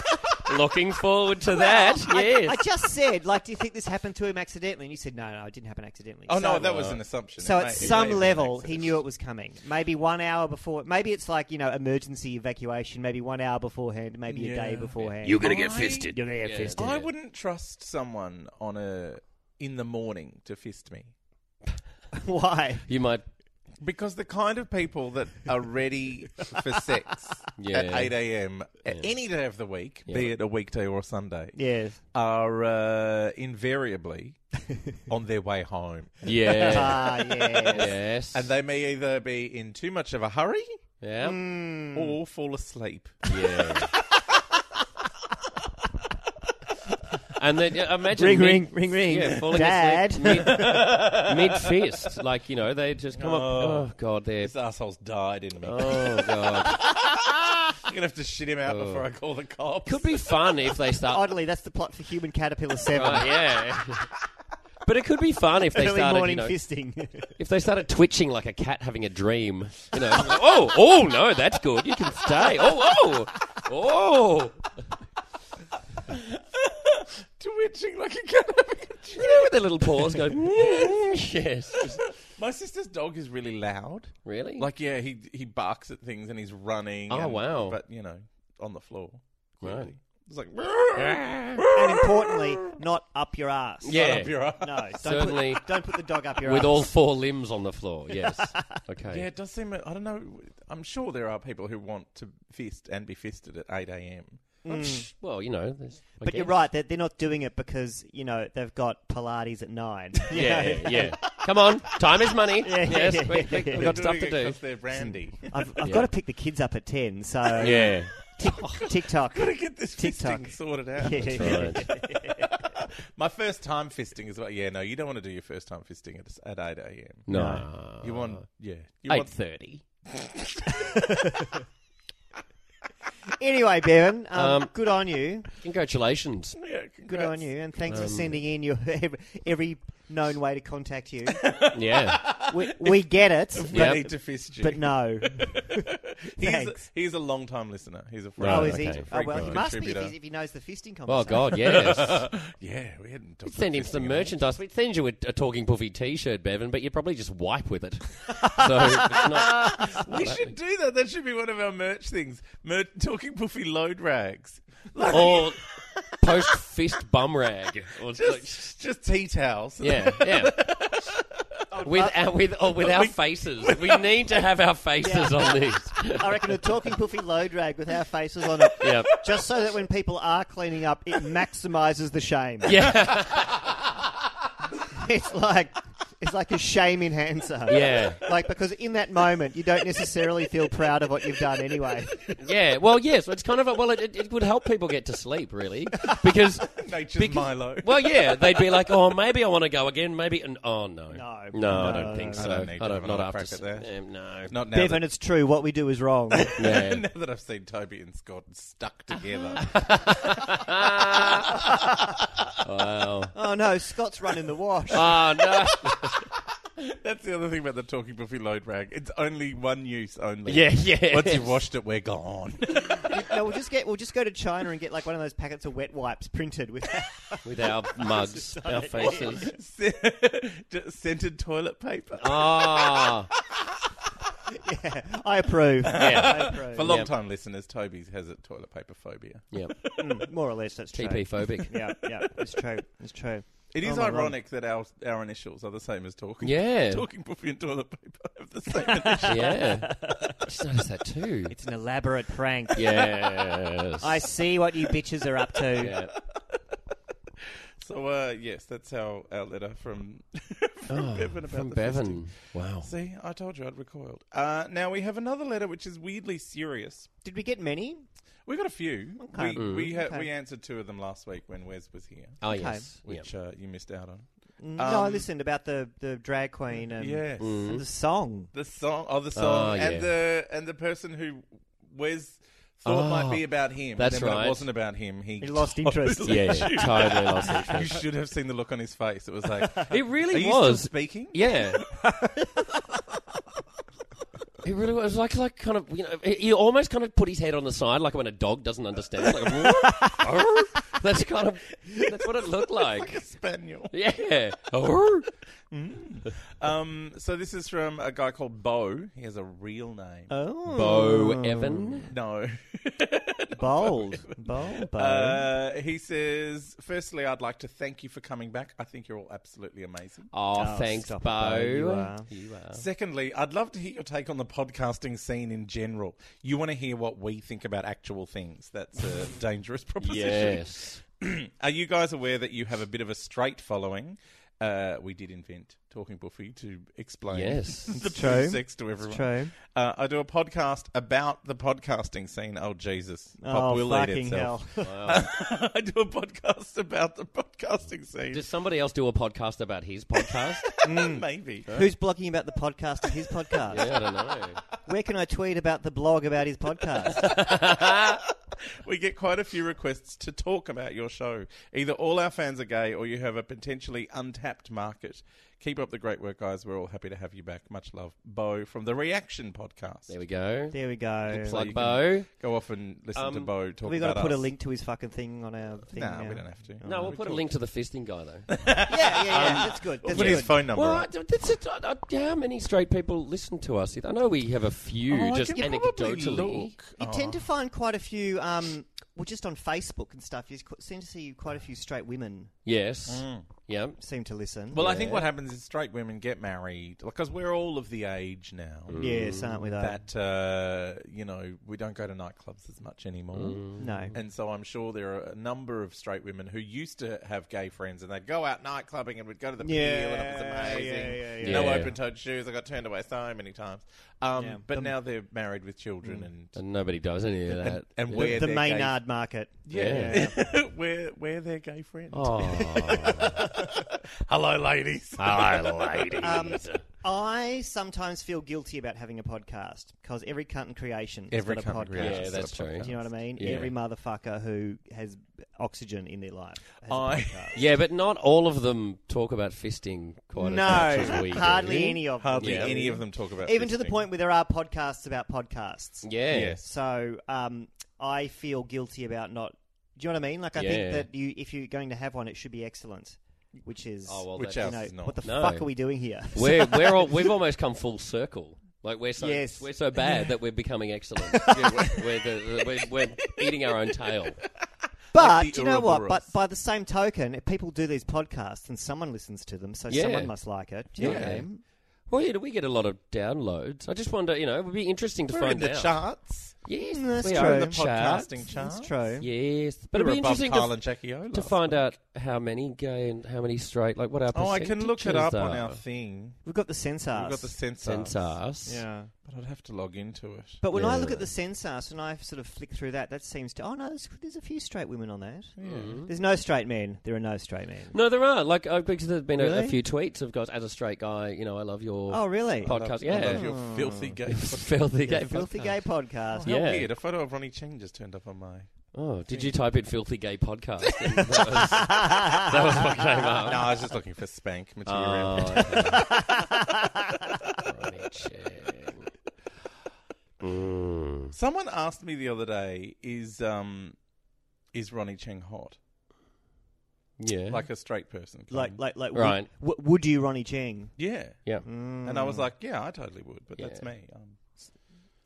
Speaker 2: Looking forward to that. yes.
Speaker 1: I just said, like, do you think this happened to him accidentally? And you said, no, no, it didn't happen accidentally.
Speaker 3: Oh no,
Speaker 1: So-
Speaker 3: that was an assumption.
Speaker 1: So
Speaker 3: It may-
Speaker 1: at
Speaker 3: it may have
Speaker 1: some
Speaker 3: been an
Speaker 1: level, he
Speaker 3: accident.
Speaker 1: knew it was coming. Maybe one hour before. Maybe it's like you know, emergency evacuation. Maybe one hour beforehand. Maybe a
Speaker 3: Yeah.
Speaker 1: day beforehand.
Speaker 2: You're gonna get
Speaker 3: I-
Speaker 2: fisted.
Speaker 1: You're gonna get
Speaker 2: Yeah.
Speaker 1: fisted.
Speaker 3: I wouldn't trust someone on a in the morning to fist me
Speaker 1: Why?
Speaker 2: You might.
Speaker 3: because the kind of people that are ready for sex at
Speaker 2: Yeah.
Speaker 3: eight a.m. at any day of the week, be
Speaker 2: Yeah.
Speaker 3: it a weekday or a Sunday,
Speaker 1: Yes.
Speaker 3: are uh, invariably on their way home,
Speaker 2: Yeah.
Speaker 1: Ah, yes.
Speaker 2: yes.
Speaker 3: and they Mm. may either be in too much of a hurry
Speaker 2: Yeah.
Speaker 1: Hmm.
Speaker 3: or fall asleep.
Speaker 2: Yeah. and then yeah, imagine
Speaker 1: Ring,
Speaker 2: mid,
Speaker 1: ring, ring, ring.
Speaker 2: Yeah, falling
Speaker 1: Dad.
Speaker 2: asleep mid, mid fist, like you know, they just come up. Oh god, they're.
Speaker 3: This asshole's died in me.
Speaker 2: Oh god,
Speaker 3: I'm gonna have to shit him out before I call the cops.
Speaker 2: could be fun if they start.
Speaker 1: Oddly, that's the plot for Human Caterpillar Seven.
Speaker 2: Right, yeah. But it could be fun if they
Speaker 1: Early
Speaker 2: started, you
Speaker 1: morning
Speaker 2: know,
Speaker 1: fisting.
Speaker 2: if they started twitching like a cat having a dream. You know, like, oh, oh no, that's good. You can stay. Oh, oh, oh.
Speaker 3: twitching like a cat.
Speaker 2: You know, with their little paws go. "Mm, yes,
Speaker 3: My sister's dog is really loud.
Speaker 2: really.
Speaker 3: Like, yeah, he he barks at things and he's running.
Speaker 2: Oh,
Speaker 3: and-
Speaker 2: wow.
Speaker 3: But you know, on the floor.
Speaker 2: Right.
Speaker 3: clearly. It's like
Speaker 1: and importantly, not up your ass.
Speaker 2: Yeah.
Speaker 3: up your ass.
Speaker 1: No, don't
Speaker 2: Certainly.
Speaker 1: Put, don't put the dog up your
Speaker 2: With
Speaker 1: ass.
Speaker 2: all four limbs on the floor, yes. Okay.
Speaker 3: Yeah, it does seem. I don't know. I'm sure there are people who want to fist and be fisted at 8 a.m.
Speaker 2: Well, you know. there's- I
Speaker 1: but you're
Speaker 2: guess.
Speaker 1: right. They're, they're not doing it because you know they've got Pilates at nine. You
Speaker 2: Yeah,
Speaker 1: know?
Speaker 2: yeah, yeah. Come on, time is money.
Speaker 1: Yeah, yeah,
Speaker 2: yes,
Speaker 1: yeah,
Speaker 2: we- we-
Speaker 1: yeah,
Speaker 2: we've
Speaker 1: yeah.
Speaker 2: got stuff to do.
Speaker 3: Because they're brandy.
Speaker 1: I've, I've
Speaker 2: Yeah.
Speaker 1: got to pick the kids up at ten. So
Speaker 2: Yeah.
Speaker 1: Tick- TikTok.
Speaker 3: Gotta get this
Speaker 1: TikTok.
Speaker 3: fisting sorted out.
Speaker 2: Right.
Speaker 3: My first time fisting is well. Yeah, no, you don't want to do your first time fisting at, at 8 a.m.
Speaker 2: No.
Speaker 3: You want, yeah, you
Speaker 2: Eight
Speaker 3: want
Speaker 2: thirty.
Speaker 1: Anyway, Bevan, um,
Speaker 2: Um,
Speaker 1: good on you.
Speaker 2: Congratulations.
Speaker 3: Yeah,
Speaker 1: Good
Speaker 3: congrats.
Speaker 1: on you, and thanks
Speaker 2: um,
Speaker 1: for sending in your every, every known way to contact you.
Speaker 2: Yeah.
Speaker 1: we, we get it,
Speaker 3: They
Speaker 2: Yep.
Speaker 3: need to fist you.
Speaker 1: but no.
Speaker 3: he's,
Speaker 1: thanks.
Speaker 3: he's a long time listener. He's a friend.
Speaker 2: Right,
Speaker 1: oh, is
Speaker 2: okay.
Speaker 1: he? Oh well, he
Speaker 3: Frequent
Speaker 1: must be if,
Speaker 3: contributor.
Speaker 1: he's, if he knows the fisting conversation.
Speaker 2: Oh God, yes.
Speaker 3: Yeah, we hadn't talked
Speaker 2: Send
Speaker 3: about
Speaker 2: him
Speaker 3: fisting
Speaker 2: some
Speaker 3: at all.
Speaker 2: merchandise. We'd send you a, a talking puffy T-shirt, Bevan, but you'd probably just wipe with it. So it's not.
Speaker 3: We should do that. That should be one of our merch things. Mer- talking puffy load rags. Like,
Speaker 2: Or post fist bum rag. Or
Speaker 3: just, just tea towels.
Speaker 2: yeah, yeah. With our, with or with our faces, we need to have our faces on these.
Speaker 1: I reckon a talking puffy load rag with our faces on it,
Speaker 2: Yep.
Speaker 1: just so that when people are cleaning up, it maximises the shame.
Speaker 2: Yeah,
Speaker 1: It's like it's like a shame enhancer.
Speaker 2: yeah,
Speaker 1: Like because in that moment you don't necessarily feel proud of what you've done anyway.
Speaker 2: yeah. Well, yes. it's kind of a, well, it, it, it would help people get to sleep, really, because
Speaker 3: Nature's
Speaker 2: because-
Speaker 3: Milo.
Speaker 2: Well, yeah, they'd be like, oh, maybe I want to go again. Maybe and oh no,
Speaker 1: No.
Speaker 2: no, I don't
Speaker 1: No,
Speaker 2: think
Speaker 1: no,
Speaker 2: so.
Speaker 3: no. I don't need to have
Speaker 2: I don't, not
Speaker 3: another
Speaker 2: after
Speaker 3: crack at that.
Speaker 2: s- um, no.
Speaker 3: Not now.
Speaker 1: Bevan,
Speaker 3: That,
Speaker 1: it's true. What we do is wrong.
Speaker 2: Yeah.
Speaker 3: now that I've seen Toby and Scott stuck together.
Speaker 2: wow.
Speaker 1: oh no, Scott's running the wash.
Speaker 2: Oh no.
Speaker 3: That's the other thing about the talking puffy load rag. It's only one use only.
Speaker 2: Yeah, yeah.
Speaker 3: Once you've washed it, we're gone.
Speaker 1: No, we'll just get we'll just go to China and get like one of those packets of wet wipes printed with.
Speaker 2: With our mugs, our faces.
Speaker 3: Just Scented toilet paper.
Speaker 2: Ah,
Speaker 1: I approve.
Speaker 2: yeah,
Speaker 1: I approve.
Speaker 3: For long
Speaker 2: Yep.
Speaker 3: time listeners, Toby has a toilet paper phobia.
Speaker 2: yeah.
Speaker 1: Mm, more or less, that's true.
Speaker 2: TP phobic.
Speaker 1: Yeah, yeah, it's true. It's true.
Speaker 3: It
Speaker 1: Oh
Speaker 3: is
Speaker 1: my God.
Speaker 3: ironic that our our initials are the same as talking.
Speaker 2: Yeah.
Speaker 3: talking puffy and toilet paper have the same initials.
Speaker 2: Yeah. I just noticed that too.
Speaker 1: It's an elaborate prank.
Speaker 2: Yes.
Speaker 1: I see what you bitches are up to.
Speaker 2: Yeah.
Speaker 3: So uh, yes, that's our, our letter from from
Speaker 2: Oh,
Speaker 3: Bevan about
Speaker 2: from
Speaker 3: the fisting.
Speaker 2: Bevan. Wow.
Speaker 3: See, I told you I'd recoiled. Uh, now we have another letter which is weirdly serious.
Speaker 1: Did we get many?
Speaker 3: We got a few.
Speaker 1: Okay.
Speaker 3: We we,
Speaker 2: Mm-hmm.
Speaker 3: ha-
Speaker 1: Okay.
Speaker 3: we answered two of them last week when Wes was here,
Speaker 2: Oh
Speaker 1: Okay.
Speaker 2: yes. Yeah.
Speaker 3: which uh, you missed out on.
Speaker 1: no, I
Speaker 3: Um,
Speaker 1: listened about the, the drag queen and,
Speaker 3: Yes.
Speaker 1: and the song.
Speaker 3: The song, oh, the song,
Speaker 2: Mm. Oh, yeah.
Speaker 3: and the and the person who Wes thought
Speaker 2: Oh,
Speaker 3: might be about him.
Speaker 2: that's
Speaker 3: then when
Speaker 2: right.
Speaker 3: It wasn't about him. He,
Speaker 1: He lost interest.
Speaker 3: totally-
Speaker 2: Yeah, yeah, totally lost
Speaker 3: You
Speaker 2: interest.
Speaker 3: should have seen the look on his face. It was like,
Speaker 2: It
Speaker 3: are
Speaker 2: really
Speaker 3: you
Speaker 2: was.
Speaker 3: still speaking?
Speaker 2: Yeah. It really was like, like kind of, you know, he he almost kind of put his head on the side, like when a dog doesn't understand. Like, that's kind of, that's what it looked like.
Speaker 3: Spaniel.
Speaker 2: Yeah.
Speaker 3: Um, so this is from a guy called Bo. He has a real name.
Speaker 1: Oh.
Speaker 2: Bo Evan.
Speaker 3: no.
Speaker 1: Bold. Bold, Bo.
Speaker 3: Uh, he says, firstly, I'd like to thank you for coming back. I think you're all absolutely amazing.
Speaker 2: Oh,
Speaker 1: Oh,
Speaker 2: thanks, Bo.
Speaker 1: stop it, Bo. You are.
Speaker 2: You are.
Speaker 3: Secondly, I'd love to hear your take on the podcasting scene in general. You want to hear what we think about actual things. That's a dangerous proposition.
Speaker 2: Yes.
Speaker 3: Are you guys aware that you have a bit of a straight following? Uh, we did invent Talking Buffy to explain
Speaker 2: Yes.
Speaker 3: the
Speaker 1: It's true.
Speaker 3: true sex to everyone.
Speaker 1: it's true.
Speaker 3: Uh, I do a podcast about the podcasting scene. Oh Jesus! Pop
Speaker 1: oh,
Speaker 3: will eat
Speaker 1: fucking
Speaker 3: itself.
Speaker 1: hell.
Speaker 3: I do a podcast about the podcasting scene.
Speaker 2: Does somebody else do a podcast about his podcast?
Speaker 3: mm. Maybe.
Speaker 1: Who's blogging about the podcast of his podcast?
Speaker 2: yeah, I don't know.
Speaker 1: Where can I tweet about the blog about his podcast?
Speaker 3: We get quite a few requests to talk about your show. Either all our fans are gay or you have a potentially untapped market. Keep up the great work, guys. We're all happy to have you back. Much love, Bo from the Reaction Podcast.
Speaker 2: There we go.
Speaker 1: there we go.
Speaker 3: like-
Speaker 2: Plug
Speaker 3: you
Speaker 2: Bo.
Speaker 3: Go off and listen to
Speaker 2: Um,
Speaker 3: Bo talk
Speaker 1: Have we got
Speaker 3: about
Speaker 1: to put a
Speaker 3: us. Oh,
Speaker 1: link to his fucking thing on our thing?
Speaker 3: No,
Speaker 1: now?
Speaker 3: we don't have to.
Speaker 2: No, we'll put a
Speaker 3: talk.
Speaker 2: link to the fisting guy though.
Speaker 1: Yeah, yeah, yeah. that's good. That's
Speaker 3: Put
Speaker 1: good.
Speaker 3: his phone number.
Speaker 2: Well,
Speaker 3: up.
Speaker 2: I- that's it. I- I- how many straight people listen to us? I know we have a few,
Speaker 3: Oh, I
Speaker 2: just
Speaker 3: could probably
Speaker 2: anecdotally.
Speaker 3: look.
Speaker 1: You tend to find quite a few um, well, just on Facebook and stuff, you qu- seem to see quite a few straight women
Speaker 2: Yes.
Speaker 3: Mm.
Speaker 2: Yeah.
Speaker 1: seem to listen.
Speaker 3: Well, I think what happens is straight women get married because we're all of the age now
Speaker 1: yes, aren't we? Though
Speaker 3: that uh, you know we don't go to nightclubs as much anymore.
Speaker 1: no,
Speaker 3: And so I'm sure there are a number of straight women who used to have gay friends and they'd go out nightclubbing and would go to the
Speaker 1: Yeah,
Speaker 3: pier and it was amazing.
Speaker 1: yeah, yeah,
Speaker 2: yeah.
Speaker 3: No
Speaker 2: Yeah.
Speaker 3: open toed shoes. I got turned away so many times. Um,
Speaker 1: Yeah.
Speaker 3: But
Speaker 1: The- Mm.
Speaker 3: now they're married with children and.
Speaker 2: And nobody does any of that.
Speaker 3: And
Speaker 2: Yeah.
Speaker 3: where
Speaker 1: the
Speaker 3: they're
Speaker 1: Maynard market.
Speaker 3: gay, where where their gay friends?
Speaker 2: Oh,
Speaker 3: Hello, ladies.
Speaker 2: hi, ladies.
Speaker 1: Um, I sometimes feel guilty about having a podcast because every cunt and creation has
Speaker 3: Every
Speaker 1: got a
Speaker 3: cunt
Speaker 1: podcast.
Speaker 3: and creation.
Speaker 2: Yeah, that's true.
Speaker 1: Do you know what I mean?
Speaker 2: Yeah.
Speaker 1: Every motherfucker who has oxygen in their life. Has a
Speaker 3: I-
Speaker 1: podcast.
Speaker 2: yeah, but not all of them talk about fisting quite as much as we
Speaker 1: no,
Speaker 2: do.
Speaker 1: hardly any of them.
Speaker 3: Hardly
Speaker 2: Yeah.
Speaker 3: any of them talk about
Speaker 1: Even to the
Speaker 3: fisting.
Speaker 1: point where there are podcasts about podcasts.
Speaker 2: Yeah.
Speaker 3: Yes.
Speaker 1: So um, I feel guilty about not. Do you know what I mean? Like I
Speaker 2: Yeah.
Speaker 1: think that you, if you're going to have one, it should be excellent, which is
Speaker 2: Oh, well,
Speaker 3: Which
Speaker 1: you
Speaker 3: um, else
Speaker 2: that's-
Speaker 1: know
Speaker 3: is not?
Speaker 1: what the
Speaker 2: No.
Speaker 1: fuck are we doing here?
Speaker 2: We're, we're all, we've almost come full circle. Like we're so
Speaker 1: Yes.
Speaker 2: we're so bad that we're becoming excellent. we're, the, the, we're, we're eating our own tail.
Speaker 1: But
Speaker 3: the
Speaker 1: do you know what?
Speaker 3: Ouroboros.
Speaker 1: But by the same token, if people do these podcasts and someone listens to them, so
Speaker 2: Yeah.
Speaker 1: someone must like it. Do you know what I
Speaker 2: Yeah.
Speaker 1: mean?
Speaker 2: Well, yeah, we get a lot of downloads. I just wonder, you know, it would be interesting to
Speaker 3: We're
Speaker 2: find
Speaker 3: in the
Speaker 2: out.
Speaker 3: charts.
Speaker 2: Yes,
Speaker 1: Mm, that's
Speaker 2: we
Speaker 1: true.
Speaker 2: are in the
Speaker 1: The
Speaker 2: charts.
Speaker 3: Podcasting charts.
Speaker 1: That's true.
Speaker 2: Yes, but
Speaker 3: But
Speaker 2: it'd
Speaker 3: we're
Speaker 2: be
Speaker 3: above
Speaker 2: interesting
Speaker 3: Carl
Speaker 2: to,
Speaker 3: and Jackie O.
Speaker 2: to
Speaker 3: last
Speaker 2: find
Speaker 3: week.
Speaker 2: out how many gay and how many straight. Like what our
Speaker 3: Oh, I can look it up on
Speaker 2: percentages are.
Speaker 3: our thing.
Speaker 1: We've got the censors.
Speaker 3: We've got the sensor.
Speaker 2: Censars.
Speaker 3: Yeah, but I'd have to log into it.
Speaker 1: But when I
Speaker 2: Yeah.
Speaker 1: look at the censors and I sort of flick through that, that seems to. Oh no, there's, there's a few straight women on that.
Speaker 3: Mm-hmm.
Speaker 1: There's no straight men. There are no straight men.
Speaker 2: Mm-hmm. No, there are. Like, uh, because there's been a, a
Speaker 1: Really?
Speaker 2: few tweets of guys, as a straight guy, you know, I love your
Speaker 1: Oh really?
Speaker 2: podcast. yeah.
Speaker 3: I love your filthy gay.
Speaker 2: filthy gay.
Speaker 1: Filthy
Speaker 2: podcast.
Speaker 1: gay podcast.
Speaker 2: Yeah.
Speaker 3: yeah. weird. A photo of Ronnie Cheng just turned up on my.
Speaker 2: Oh, did you type in filthy gay podcast? And that, was, that was what came up.
Speaker 3: no, I was just looking for spank material.
Speaker 2: Oh, okay. Ronnie Cheng. Mm.
Speaker 3: Someone asked me the other day, "Is um, is Ronnie Cheng hot?"
Speaker 2: Yeah.
Speaker 3: Like a straight person.
Speaker 1: Like like like.
Speaker 2: Right.
Speaker 1: Would, w- would you, Ronnie Cheng?
Speaker 3: yeah.
Speaker 2: yeah.
Speaker 3: Mm. And I
Speaker 1: Hmm.
Speaker 3: was like, "Yeah, I totally would," but that's
Speaker 2: Yeah.
Speaker 3: me. Um,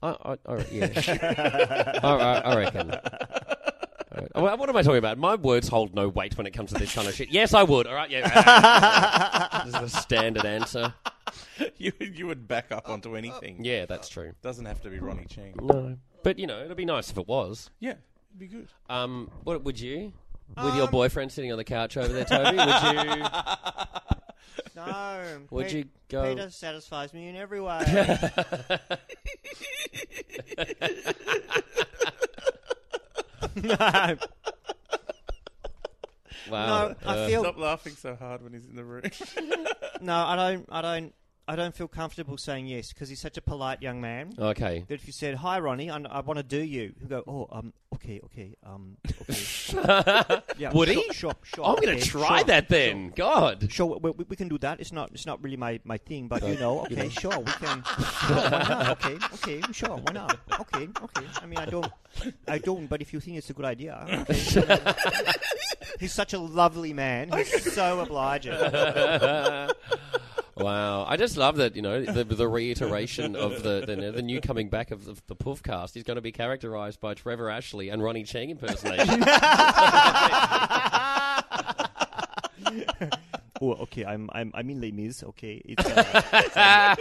Speaker 2: I, I, all right, yeah. I, I, I reckon. All right. Well, what am I talking about? My words hold no weight when it comes to this kind of shit. Yes, I would. All right, yeah. this is the standard answer.
Speaker 3: you you would back up Mm. onto anything.
Speaker 2: Yeah, that's true.
Speaker 3: Doesn't have to be Ronnie Cheng.
Speaker 2: No, but you know, it'd be nice if it was.
Speaker 3: Yeah, it'd be good.
Speaker 2: Um, what would you? With
Speaker 1: Um,
Speaker 2: your boyfriend sitting on the couch over there, Toby, would you?
Speaker 1: No.
Speaker 2: Would
Speaker 1: Pete-
Speaker 2: you go-
Speaker 1: Peter satisfies me in every way. no,
Speaker 2: Wow.
Speaker 1: no, I
Speaker 2: Uh,
Speaker 1: feel
Speaker 3: Stop laughing so hard when he's in the room.
Speaker 1: no, I don't, I don't, I don't feel comfortable saying yes because he's such a polite young man.
Speaker 2: okay.
Speaker 1: That if you said, "Hi, Ronnie, I, I want to do you," he'll go, "Oh, um, okay, okay, um, okay." yeah,
Speaker 2: Would
Speaker 1: sure,
Speaker 2: he?
Speaker 1: Sure, sure.
Speaker 2: I'm gonna
Speaker 1: okay,
Speaker 2: try
Speaker 1: sure,
Speaker 2: that then. God.
Speaker 1: Sure, we, we, we can do that. It's not, it's not really my, my thing, but you know, okay, sure, we can. Sure, why not? Okay, okay, sure, why not? Okay, okay. I mean, I don't, I don't. But if you think it's a good idea, okay. he's such a lovely man. He's so obliging.
Speaker 2: Wow, I just love that you know the, the reiteration of the, the the new coming back of the, the Poofcast is going to be characterized by Trevor Ashley and Ronnie Chang impersonation.
Speaker 1: Oh, okay. I'm I'm I'm in Les Mis. Okay, it's, uh,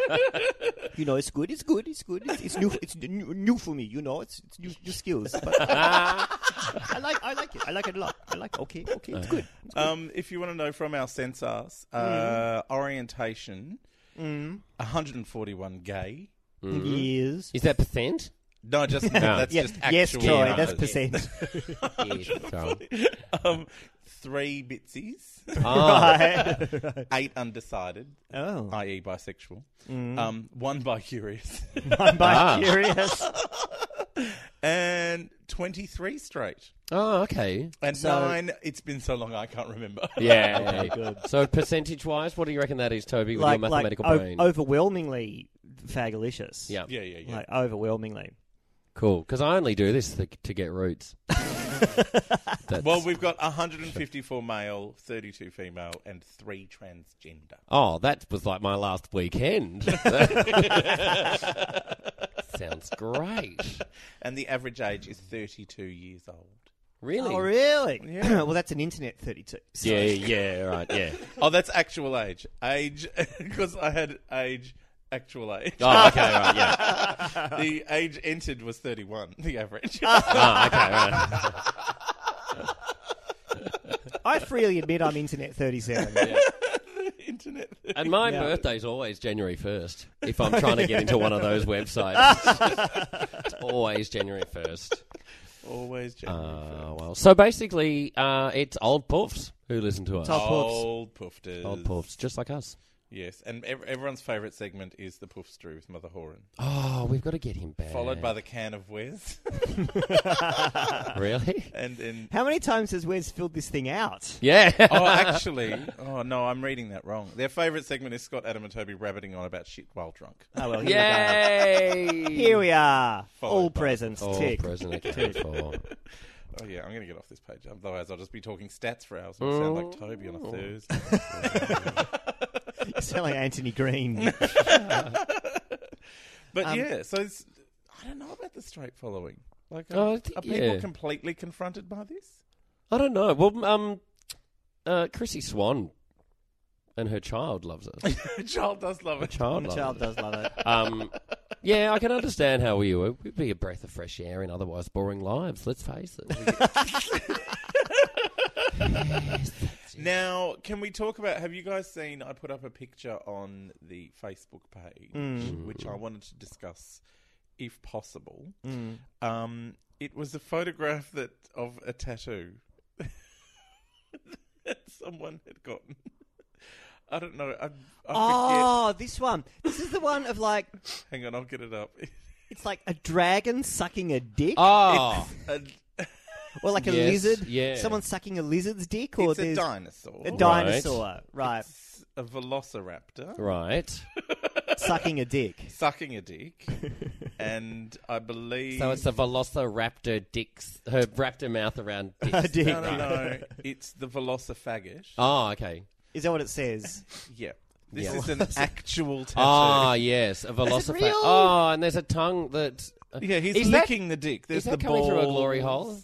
Speaker 1: you know, it's good. It's good. It's good. It's, it's new. It's new, new for me. You know, it's, it's new, new skills. But I like I like it. I like it a lot. I like. Okay, okay. It's good.
Speaker 3: um, if you want to know from our censors, uh, orientation, Mm. 141 gay.
Speaker 2: Uh-huh. Mm-hmm.
Speaker 1: Yes.
Speaker 2: is that percent?
Speaker 3: No, just that's
Speaker 1: Yeah,
Speaker 3: just
Speaker 1: yes,
Speaker 3: actual
Speaker 1: Troy. That's
Speaker 3: numbers.
Speaker 1: percent. Oh,
Speaker 2: Yes, so.
Speaker 3: Um, three bitsies,
Speaker 2: Ah,
Speaker 3: eight undecided,
Speaker 1: oh,
Speaker 3: i.e., bisexual, um, one bi curious,
Speaker 1: I'm
Speaker 2: Ah.
Speaker 1: by curious.
Speaker 3: and 23 straight.
Speaker 2: oh, okay.
Speaker 3: And
Speaker 1: So-
Speaker 3: nine, it's been so long I can't remember.
Speaker 2: Yeah. So percentage-wise, what do you reckon that is, Toby, with
Speaker 1: Like oh,
Speaker 2: your
Speaker 1: like
Speaker 2: mathematical
Speaker 1: o-
Speaker 2: brain?
Speaker 1: overwhelmingly fagalicious.
Speaker 2: yeah.
Speaker 3: yeah, yeah, yeah.
Speaker 1: Like overwhelmingly.
Speaker 2: Cool. Because I only do this th- to get roots. That's-
Speaker 3: well, we've got 154 male, 32 female, and three transgender.
Speaker 2: Oh, that was like my last weekend. Sounds great.
Speaker 3: And the average age is 32 years old.
Speaker 2: Really?
Speaker 1: Oh, really?
Speaker 3: Yeah.
Speaker 1: well, that's an internet 32. So.
Speaker 2: Yeah, yeah, right, yeah.
Speaker 3: Oh, that's actual age. Age, because I had age, actual age.
Speaker 2: Oh, okay, right, yeah.
Speaker 3: The age entered was 31, the average.
Speaker 2: Oh, okay, right.
Speaker 1: I freely admit I'm internet 37.
Speaker 3: Internet.
Speaker 2: And my
Speaker 1: Yeah.
Speaker 2: birthday's always January 1st, if I'm trying to get into one of those websites. it's always January 1st.
Speaker 3: Always January
Speaker 2: Uh, well, so basically, uh, it's old puffs who listen to us.
Speaker 1: Top-
Speaker 3: 1st.
Speaker 1: puffs.
Speaker 3: Old poofters.
Speaker 2: Oh, Old puffs, just like us.
Speaker 3: Yes, and ev- everyone's favourite segment is the poofstery with Mother Horan,
Speaker 2: Oh, we've got to get him back.
Speaker 3: followed by the can of Wes,
Speaker 2: Really?
Speaker 3: and then
Speaker 1: How many times has Wes filled this thing out?
Speaker 2: Yeah.
Speaker 3: oh, actually, oh no, I'm reading that wrong. Their favourite segment is Scott, Adam, and Toby rabbiting on about shit while drunk.
Speaker 1: Oh, well, here we go.
Speaker 2: Yay!
Speaker 1: Here we are.
Speaker 3: Followed
Speaker 1: All
Speaker 3: by-
Speaker 1: presents.
Speaker 2: Oh,
Speaker 1: Tick.
Speaker 2: President accounted for.
Speaker 3: Oh yeah, I'm going to get off this page. Otherwise, I'll just be talking stats for hours and sound like Toby on a Thursday.
Speaker 1: You sound like Anthony Green.
Speaker 3: But
Speaker 1: Um,
Speaker 3: yeah, so it's, I don't know about the straight following. Like, are,
Speaker 2: Oh, I think-
Speaker 3: are people
Speaker 2: yeah.
Speaker 3: completely confronted by this?
Speaker 2: I don't know. Well, um, uh, Chrissy Swan and her child loves us.
Speaker 3: Child does love
Speaker 2: Her
Speaker 3: it.
Speaker 2: child
Speaker 1: the
Speaker 2: loves
Speaker 1: child
Speaker 2: us.
Speaker 1: does love it.
Speaker 2: Um, yeah, I can understand how we were. We'd be a breath of fresh air in otherwise boring lives. Let's face it.
Speaker 3: Now, can we talk about? Have you guys seen? I put up a picture on the Facebook page,
Speaker 2: Mm.
Speaker 3: which I wanted to discuss, if possible.
Speaker 2: Mm.
Speaker 3: Um, it was a photograph that of a tattoo that someone had gotten. I don't know. I, I forget.
Speaker 1: Oh, this one. This is the one of like,
Speaker 3: Hang on, I'll get it up.
Speaker 1: it's like a dragon sucking a dick.
Speaker 2: Oh,
Speaker 3: And
Speaker 1: or like a
Speaker 2: yes,
Speaker 1: lizard.
Speaker 2: yeah.
Speaker 1: Someone sucking a lizard's dick. Or
Speaker 3: it's a
Speaker 1: there's
Speaker 3: dinosaur,
Speaker 1: a dinosaur. Right.
Speaker 3: It's a velociraptor
Speaker 2: right.
Speaker 1: sucking a dick.
Speaker 3: sucking a dick, and I believe
Speaker 2: So it's the Velociraptor dicks, her raptor mouth around dicks.
Speaker 1: dick.
Speaker 3: No, no, no. it's the Velocifaggot.
Speaker 2: Oh, okay.
Speaker 1: Is that what it says?
Speaker 3: Yeah. This
Speaker 2: Yeah.
Speaker 3: is an actual tattoo.
Speaker 2: Ah, yes, a velociraptor.
Speaker 1: real?
Speaker 2: Oh, and there's a tongue that. uh,
Speaker 3: yeah, he's
Speaker 2: Is that-
Speaker 3: licking the dick. There's
Speaker 2: is that
Speaker 3: the
Speaker 2: coming through a
Speaker 3: balls.
Speaker 2: glory hole?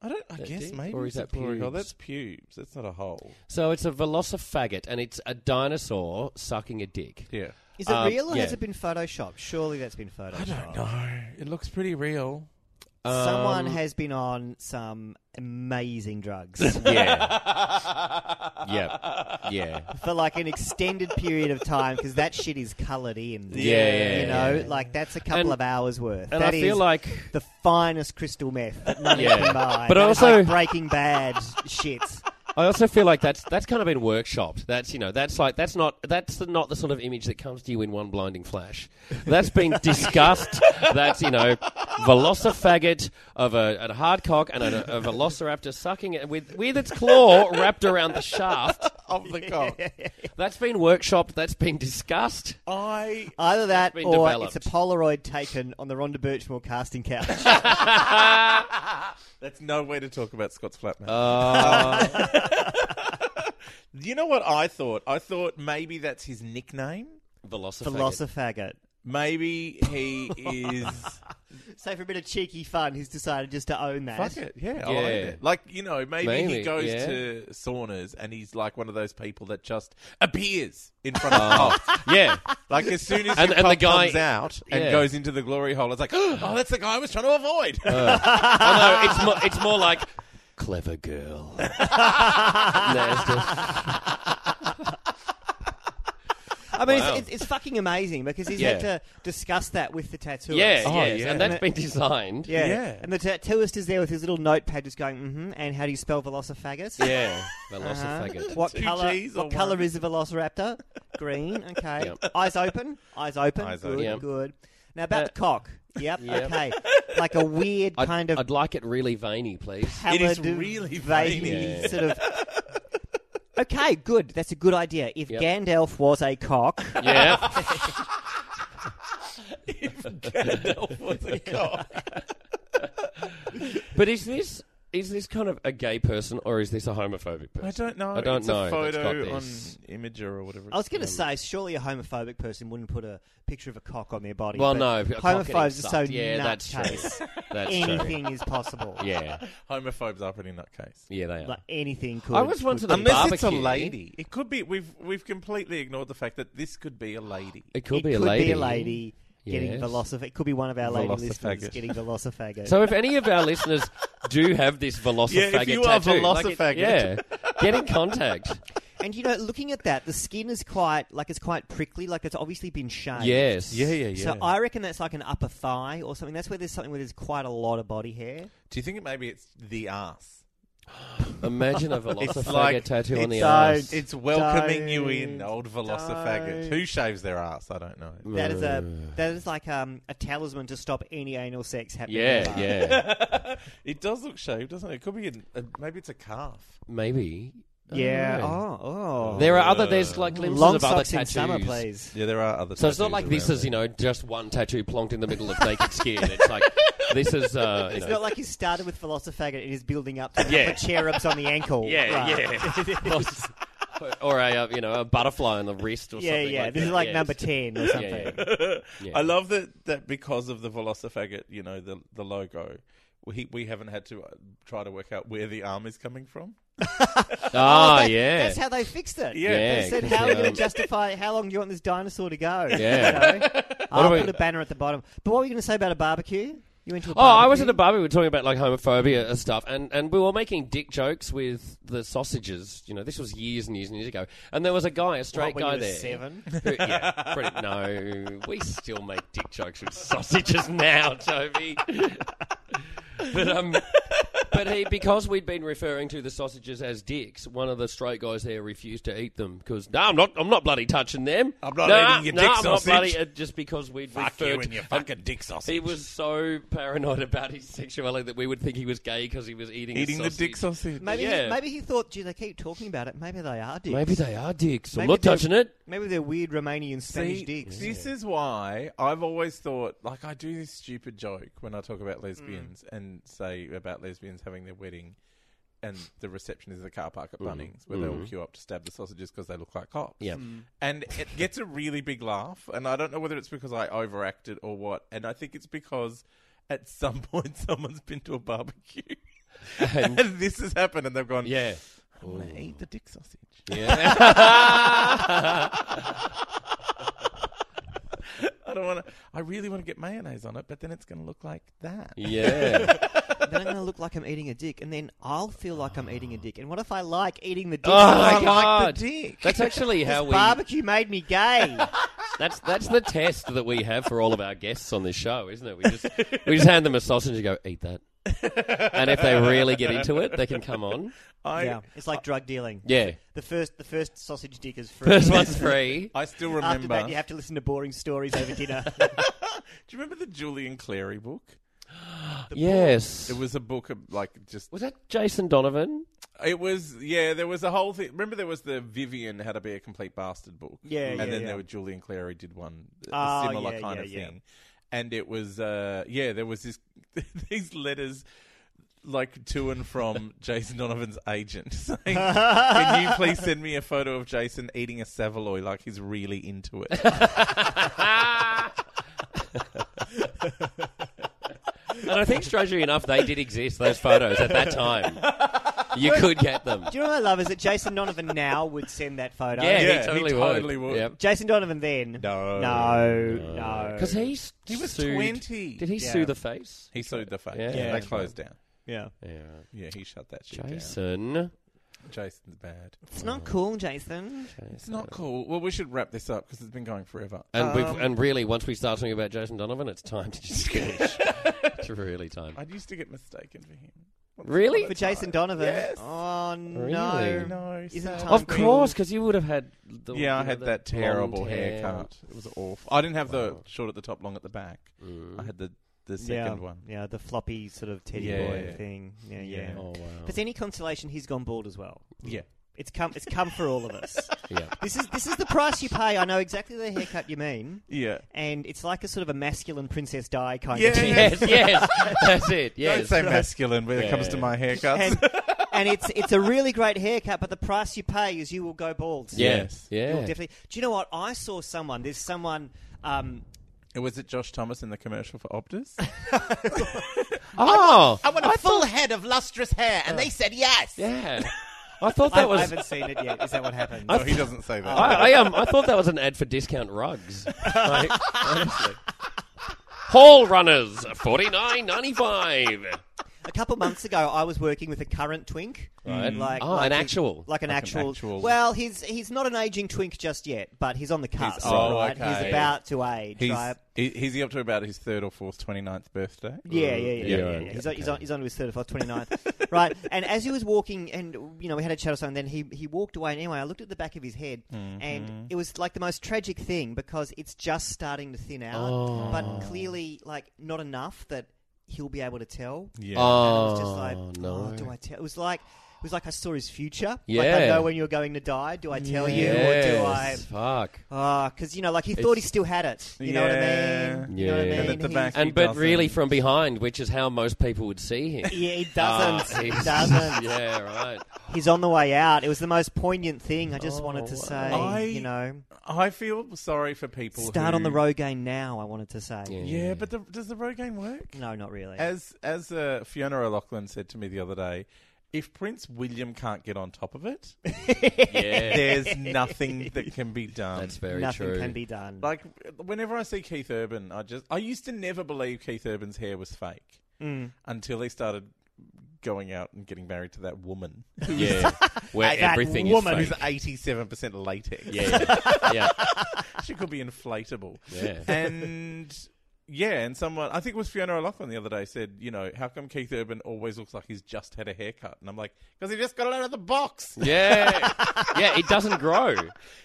Speaker 3: I don't. I guess
Speaker 2: dick?
Speaker 3: maybe
Speaker 2: Or
Speaker 3: it's a
Speaker 2: is that
Speaker 3: glory hole.
Speaker 2: pubes?
Speaker 3: That's pubes. That's not a hole.
Speaker 2: So it's a velocifaggot, and it's a dinosaur sucking a dick.
Speaker 3: Yeah.
Speaker 1: Is it
Speaker 2: Um,
Speaker 1: real or has
Speaker 2: yeah.
Speaker 1: it been photoshopped? Surely that's been photoshopped.
Speaker 3: No, it looks pretty real.
Speaker 1: Someone
Speaker 2: Um,
Speaker 1: has been on some amazing drugs
Speaker 2: Yeah. yeah. Yeah.
Speaker 1: for like an extended period of time because that shit is coloured in.
Speaker 2: Yeah, yeah,
Speaker 1: You know,
Speaker 2: yeah.
Speaker 1: like that's a couple
Speaker 2: And-
Speaker 1: of hours worth.
Speaker 2: And
Speaker 1: That
Speaker 2: I feel
Speaker 1: is
Speaker 2: like
Speaker 1: the finest crystal meth that money
Speaker 2: Yeah.
Speaker 1: can buy.
Speaker 2: But
Speaker 1: That is
Speaker 2: also-
Speaker 1: like Breaking Bad shit.
Speaker 2: I also feel like that's that's kind of been workshopped. That's you know that's like that's not that's the, not the sort of image that comes to you in one blinding flash. That's been discussed. that's you know, velocifaggot of a, a hard cock and a, a velociraptor sucking it with with its claw wrapped around the shaft of the cock. That's been workshopped. That's been discussed.
Speaker 3: I.
Speaker 1: Either that
Speaker 2: been
Speaker 1: or
Speaker 2: developed.
Speaker 1: it's a Polaroid taken on the Rhonda Birchmore casting couch.
Speaker 2: Ah.
Speaker 3: That's no way to talk about Scott's flatmate.
Speaker 2: Uh,
Speaker 3: you know what I thought? I thought maybe that's his nickname.
Speaker 2: velocifaggot.
Speaker 1: Philosophagot.
Speaker 3: Maybe he is.
Speaker 1: So for a bit of cheeky fun, he's decided just to own that.
Speaker 3: Fuck it, yeah, I
Speaker 2: Yeah.
Speaker 3: like it. Like you know, maybe,
Speaker 2: Maybe,
Speaker 3: he goes
Speaker 2: yeah.
Speaker 3: to saunas and he's like one of those people that just appears in front of the cop.
Speaker 2: yeah.
Speaker 3: Like as soon as
Speaker 2: Oh. And-
Speaker 3: your
Speaker 2: and the
Speaker 3: cop
Speaker 2: guy-
Speaker 3: comes out and
Speaker 2: yeah.
Speaker 3: goes into the glory hole, it's like, oh, that's the guy I was trying to avoid.
Speaker 2: Uh, Oh no, it's more, it's more like clever girl. No, it's just-
Speaker 1: I mean,
Speaker 2: Wow.
Speaker 1: it's, it's, it's fucking amazing because he's had
Speaker 2: Yeah.
Speaker 1: to discuss that with the tattooist.
Speaker 2: yeah,
Speaker 3: Oh,
Speaker 2: yes,
Speaker 3: yeah.
Speaker 2: and that's been designed.
Speaker 1: Yeah.
Speaker 3: Yeah.
Speaker 1: And the tattooist is there with his little notepad just going, mm-hmm, and how do you spell velocifaggot?
Speaker 2: Yeah,
Speaker 1: Uh-huh.
Speaker 2: velocifaggot.
Speaker 1: What
Speaker 3: Two
Speaker 1: color?
Speaker 3: Gs or
Speaker 1: What color
Speaker 3: one?
Speaker 1: is a velociraptor? Green. Okay.
Speaker 2: Yep.
Speaker 1: Eyes open. Eyes open.
Speaker 3: Eyes
Speaker 1: good.
Speaker 3: open.
Speaker 2: Yep.
Speaker 1: Good. Now about
Speaker 2: Uh,
Speaker 1: the cock. Yep,
Speaker 2: Yep.
Speaker 1: Okay. Like a weird
Speaker 2: I'd,
Speaker 1: kind of
Speaker 2: I'd like it really veiny, please.
Speaker 1: pallid,
Speaker 3: It is really
Speaker 1: veiny
Speaker 2: veiny.
Speaker 1: sort of. Okay, good. That's a good idea. If
Speaker 2: Yep.
Speaker 1: Gandalf was a cock,
Speaker 2: yeah,
Speaker 3: Gandalf was a cop.
Speaker 2: but is this Is this kind of a gay person or is this a homophobic person?
Speaker 3: I don't know.
Speaker 2: I don't
Speaker 3: it's
Speaker 2: know.
Speaker 3: A
Speaker 2: That's got
Speaker 3: photo on
Speaker 2: this.
Speaker 3: Imager or whatever.
Speaker 1: I was going to
Speaker 3: it's
Speaker 2: um,
Speaker 1: say, surely a homophobic person wouldn't put a picture of a cock on their body.
Speaker 2: Well,
Speaker 1: but
Speaker 2: no, a cock getting
Speaker 1: homophobes are so
Speaker 2: sucked. Yeah, that's true.
Speaker 1: nutcase.
Speaker 2: That's
Speaker 1: anything is possible.
Speaker 2: true. Yeah,
Speaker 3: called. homophobes are pretty nutcase.
Speaker 2: yeah, they are.
Speaker 1: like anything could.
Speaker 2: I was once
Speaker 1: could
Speaker 2: at a
Speaker 1: be-
Speaker 3: Unless it's a
Speaker 2: barbecue.
Speaker 3: lady, it could be. We've we've completely ignored the fact that this could be a lady.
Speaker 2: it could
Speaker 1: it
Speaker 2: be a
Speaker 1: could
Speaker 2: lady.
Speaker 1: be a lady getting
Speaker 2: Yes.
Speaker 1: velocif. It could be one of our lady listeners
Speaker 3: Velocifaggot.
Speaker 1: getting velocifaggot.
Speaker 2: So if any of our listeners do have this velocifaggot
Speaker 3: Yeah, if you are
Speaker 2: tattoo, like it-
Speaker 3: velocifaggot.
Speaker 2: yeah, get in contact.
Speaker 1: and you know, looking at that, the skin is quite like it's quite prickly. Like it's obviously been shaved.
Speaker 2: Yes.
Speaker 1: So I reckon that's like an upper thigh or something. That's where there's something where there's quite a lot of body hair.
Speaker 3: Do you think it maybe it's the ass?
Speaker 2: Imagine a
Speaker 3: It's
Speaker 2: velocifaggot
Speaker 3: like
Speaker 2: tattoo on the
Speaker 3: it's,
Speaker 2: arse.
Speaker 3: It's welcoming you in,
Speaker 1: Don't.
Speaker 3: old velocifaggot.
Speaker 1: Don't.
Speaker 3: Who shaves their ass? I don't know.
Speaker 1: That is a
Speaker 2: Uh.
Speaker 1: that is like um, a talisman to stop any anal sex happening.
Speaker 2: Yeah,
Speaker 1: ever.
Speaker 2: yeah.
Speaker 3: It does look shaved, doesn't it? It could be. an- A, maybe it's a calf.
Speaker 2: Maybe. I don't
Speaker 1: yeah.
Speaker 2: know.
Speaker 1: Oh, oh.
Speaker 2: There are other. There's like glimpses
Speaker 1: long
Speaker 2: of other
Speaker 1: socks in
Speaker 2: tattoos.
Speaker 1: summer, please.
Speaker 3: Yeah, there are other.
Speaker 2: So it's not
Speaker 3: tattoos
Speaker 2: like this
Speaker 3: around
Speaker 2: is
Speaker 3: there.
Speaker 2: you know just one tattoo plonked in the middle of naked skin. It's like this is. Uh, you
Speaker 1: It's
Speaker 2: know,
Speaker 1: not like he started with Philosophagot and is building up to the
Speaker 2: Yeah.
Speaker 1: cherubs on the ankle.
Speaker 2: Yeah,
Speaker 1: Right.
Speaker 2: yeah. or a uh, you know a butterfly on the wrist or
Speaker 1: Yeah,
Speaker 2: something.
Speaker 1: yeah.
Speaker 2: Like
Speaker 1: This
Speaker 2: that.
Speaker 1: is like
Speaker 2: Yes.
Speaker 1: number 10 or something.
Speaker 2: Yeah.
Speaker 3: I love that that because of the Velocifaggot, you know, the the logo, we we haven't had to uh, try to work out where the arm is coming from.
Speaker 2: Ah,
Speaker 1: Oh, that-
Speaker 2: yeah.
Speaker 1: That's how they fixed it.
Speaker 3: Yeah.
Speaker 2: Yeah,
Speaker 1: They said,
Speaker 2: 'cause,
Speaker 1: how are we going
Speaker 2: um,
Speaker 1: to justify how long do you want this dinosaur to go?
Speaker 2: Yeah.
Speaker 1: You know? I'll
Speaker 2: do we-
Speaker 1: put a banner at the bottom. But what were you going to say about a barbecue? You went to a
Speaker 2: Oh, I was
Speaker 1: barbecue?
Speaker 2: at a barbie. We were talking about like homophobia and stuff, and, and we were making dick jokes with the sausages. You know, this was years and years and years ago. And there was a guy, a straight
Speaker 1: What, when
Speaker 2: guy
Speaker 1: you were
Speaker 2: there.
Speaker 1: seven?
Speaker 2: Who- yeah, pretty, no, we still make dick jokes with sausages now, Toby. but um, but he because we'd been referring to the sausages as dicks, one of the straight guys there refused to eat them because no, I'm not, I'm not bloody touching them.
Speaker 3: I'm not
Speaker 2: Nah,
Speaker 3: eating your
Speaker 2: nah,
Speaker 3: dick
Speaker 2: I'm not
Speaker 3: sausage."
Speaker 2: bloody, uh, just because we'd referred to-
Speaker 3: fucking dick sausage.
Speaker 2: he was so paranoid about his sexuality that we would think he was gay because he was eating a
Speaker 3: eating the
Speaker 2: sausage.
Speaker 3: dick sausage.
Speaker 1: Maybe,
Speaker 2: Yeah.
Speaker 1: he, maybe he thought, gee, they keep talking about it. Maybe they are dicks.
Speaker 2: Maybe they are dicks. I'm
Speaker 1: Maybe
Speaker 2: not
Speaker 1: they're-
Speaker 2: touching it.
Speaker 1: Maybe they're weird Romanian Spanish
Speaker 3: See,
Speaker 1: dicks.
Speaker 3: This is why I've always thought, like, I do this stupid joke when I talk about lesbians
Speaker 1: Mm.
Speaker 3: and say about lesbians having their wedding and the reception is in the car park at Bunnings where they all queue up to stab the sausages because they look like cops.
Speaker 2: Mm-hmm. Yeah.
Speaker 1: Mm.
Speaker 3: And it gets a really big laugh. And I don't know whether it's because I overacted or what. And I think it's because at some point someone's been to a barbecue.
Speaker 2: And-
Speaker 3: And, this has happened, and they've gone.
Speaker 2: Yeah.
Speaker 3: I'm gonna eat the dick sausage. I don't want to. I really want to get mayonnaise on it, but then it's going to look like that.
Speaker 2: Yeah.
Speaker 1: then I'm going to look like I'm eating a dick, and then I'll feel like I'm eating a dick. And what if I like eating the dick?
Speaker 2: Oh
Speaker 1: so
Speaker 2: my
Speaker 1: I like-
Speaker 2: God.
Speaker 3: the dick.
Speaker 2: That's actually how we.
Speaker 1: Barbecue made me gay.
Speaker 2: That's that's the test that we have for all of our guests on this show, isn't it? We just we just hand them a sausage and go eat that, and if they really get into it, they can come on.
Speaker 3: I,
Speaker 1: yeah, it's like drug dealing.
Speaker 2: Yeah.
Speaker 1: The first, the first sausage dick is free.
Speaker 2: First one's free.
Speaker 3: I still
Speaker 1: After
Speaker 3: remember.
Speaker 1: that, you have to listen to boring stories over dinner.
Speaker 3: Do you remember the Julian Clary book?
Speaker 2: Yes.
Speaker 3: It was a book of like just.
Speaker 2: Was that Jason Donovan?
Speaker 3: It was yeah. There was a whole thing. Remember there was the Vivian How to Be a Complete Bastard book.
Speaker 1: Yeah,
Speaker 3: and
Speaker 1: yeah,
Speaker 3: then
Speaker 1: yeah.
Speaker 3: there were Julian Clary did one a
Speaker 1: Oh,
Speaker 3: similar
Speaker 1: yeah,
Speaker 3: kind
Speaker 1: yeah,
Speaker 3: of
Speaker 1: yeah.
Speaker 3: thing, and it was uh yeah. There was this these letters. Like to and from Jason Donovan's agent saying, "Can you please send me a photo of Jason eating a Savoy? Like he's really into it."
Speaker 2: And I think, strangely enough, they did exist, those photos, at that time. You could get them.
Speaker 1: Do you know what I love is that Jason Donovan now would send that photo.
Speaker 3: Yeah,
Speaker 2: Yeah, he
Speaker 3: he
Speaker 2: totally would.
Speaker 3: totally would.
Speaker 1: Jason Donovan then.
Speaker 3: No.
Speaker 1: no, no.
Speaker 2: Because he,
Speaker 3: He was
Speaker 2: sued-
Speaker 3: 20.
Speaker 2: Did he
Speaker 1: Yeah.
Speaker 2: sue the face?
Speaker 3: He sued the face.
Speaker 2: Yeah.
Speaker 3: Yeah,
Speaker 2: Yeah.
Speaker 3: they closed down.
Speaker 1: yeah,
Speaker 2: Yeah.
Speaker 3: Yeah, he shut that shit
Speaker 2: Jason.
Speaker 3: down. Jason's bad.
Speaker 1: it's not cool, Jason.
Speaker 3: It's not cool. Well, we should wrap this up because it's been going forever. Um,
Speaker 2: And, we've, and really, once we start talking about Jason Donovan, it's time to just finish. it's really time.
Speaker 3: I used to get mistaken for him.
Speaker 2: Really?
Speaker 1: For Jason Donovan.
Speaker 3: Yes.
Speaker 1: Oh
Speaker 2: Really?
Speaker 1: no.
Speaker 3: No,
Speaker 1: Isn't
Speaker 3: sad.
Speaker 1: Tom
Speaker 2: Of
Speaker 1: Green-
Speaker 2: course, because you would have had. The, you
Speaker 3: Yeah, I
Speaker 2: know,
Speaker 3: had
Speaker 2: the
Speaker 3: that terrible
Speaker 2: blonde hair.
Speaker 3: haircut. It was awful. I didn't have the short at the top, long at the back.
Speaker 2: Mm.
Speaker 3: I had the the
Speaker 1: yeah,
Speaker 3: second one.
Speaker 1: yeah, the floppy sort of teddy
Speaker 3: Yeah.
Speaker 1: boy thing. Yeah, yeah.
Speaker 3: Yeah.
Speaker 2: Oh wow.
Speaker 1: If there's any consolation, he's gone bald as well.
Speaker 3: Yeah.
Speaker 1: It's come. It's come for all of us.
Speaker 2: Yeah.
Speaker 1: This is this is the price you pay. I know exactly the haircut you mean,
Speaker 3: Yeah.
Speaker 1: and it's like a sort of a masculine princess die kind
Speaker 3: Yeah.
Speaker 1: of thing.
Speaker 2: Yes, yes. That's it. Yes.
Speaker 3: Don't say masculine when it
Speaker 2: Yeah,
Speaker 3: comes
Speaker 2: yeah,
Speaker 3: to
Speaker 2: yeah.
Speaker 3: my haircuts.
Speaker 1: And, and it's it's a really great haircut, but the price you pay is you will go bald.
Speaker 2: Yes.
Speaker 1: You'll
Speaker 2: Yeah.
Speaker 1: definitely. Do you know what? I saw someone. There's someone. Um,
Speaker 3: Was it Josh Thomas in the commercial for Optus?
Speaker 2: Oh.
Speaker 4: I want a full head of lustrous hair, and they said yes.
Speaker 2: Yeah. I thought
Speaker 1: I,
Speaker 2: that was.
Speaker 1: I haven't seen it yet. Is that what happened?
Speaker 3: no, he doesn't say that.
Speaker 2: I, I, um, I thought that was an ad for discount rugs. Like, honestly. Hall runners, forty nine ninety five.
Speaker 1: a couple months ago, I was working with a current twink,
Speaker 2: Right.
Speaker 1: like,
Speaker 2: Oh,
Speaker 1: like
Speaker 2: an
Speaker 1: he-
Speaker 2: actual.
Speaker 1: like an actual,
Speaker 3: actual-
Speaker 1: Well, he's he's not an aging twink just yet, but he's on the cusp.
Speaker 3: oh,
Speaker 1: right?
Speaker 3: okay.
Speaker 1: He's about to age. right?
Speaker 3: he's, he, he's up to about his third or fourth 29th birthday.
Speaker 1: Yeah, yeah, yeah.
Speaker 2: Yeah,
Speaker 1: yeah, yeah,
Speaker 2: right.
Speaker 1: yeah. He's, on, he's, on, he's on to his third or fourth, 29th. right. And as he was walking, and, you know, we had a chat or something, then he, he walked away. And anyway, I looked at the back of his head, and it was like the most tragic thing because it's just starting to thin out,
Speaker 2: Oh.
Speaker 1: but clearly, like, not enough that he'll be able to tell. And it
Speaker 3: Yeah.
Speaker 1: was just like,
Speaker 2: Oh,
Speaker 1: oh, do I tell? It was like. It was like I saw his future. Like
Speaker 2: Yeah.
Speaker 1: I know when you're going to die. Do I tell you or do I?
Speaker 2: Yes. Fuck.
Speaker 1: Ah, because you know, like he thought he
Speaker 2: It's-
Speaker 1: still had it. You know what
Speaker 3: Yeah.
Speaker 1: I mean? You know what I
Speaker 2: Yeah.
Speaker 1: mean?
Speaker 2: And
Speaker 3: at the
Speaker 1: He-
Speaker 3: back
Speaker 2: And
Speaker 3: He
Speaker 2: but
Speaker 3: doesn't.
Speaker 2: really from behind, which is how most people would see him.
Speaker 1: Yeah, he
Speaker 2: Ah,
Speaker 1: doesn't. he
Speaker 2: Jesus.
Speaker 1: doesn't.
Speaker 2: Yeah, right.
Speaker 1: He's on the way out. It was the most poignant thing. I
Speaker 2: Oh,
Speaker 1: just wanted to say,
Speaker 3: I-
Speaker 1: you know,
Speaker 3: I feel sorry for people.
Speaker 1: start
Speaker 3: who-
Speaker 1: on the road game now. I wanted to say,
Speaker 2: Yeah.
Speaker 3: Yeah, but the, does the road game work?
Speaker 1: no, not really.
Speaker 3: As as uh, Fiona O'Loughlin said to me the other day, if Prince William can't get on top of it,
Speaker 2: Yeah.
Speaker 3: there's nothing that can be done.
Speaker 2: That's very
Speaker 1: Um, Nothing
Speaker 2: true.
Speaker 1: can be done.
Speaker 3: Like whenever I see Keith Urban, I just I used to never believe Keith Urban's hair was fake
Speaker 1: Mm.
Speaker 3: until he started going out and getting married to that woman
Speaker 2: yeah. Where
Speaker 1: That
Speaker 2: everything
Speaker 1: woman
Speaker 2: is
Speaker 3: who's
Speaker 2: fake.
Speaker 3: eighty seven percent latex.
Speaker 2: Yeah. Yeah.
Speaker 3: she could be inflatable.
Speaker 2: Yeah.
Speaker 3: And yeah, and someone I think it was Fiona O'Loughlin the other day said, you know, how come Keith Urban always looks like he's just had a haircut? And I'm like, because he just got it out of the box.
Speaker 2: Yeah. Yeah, it doesn't grow.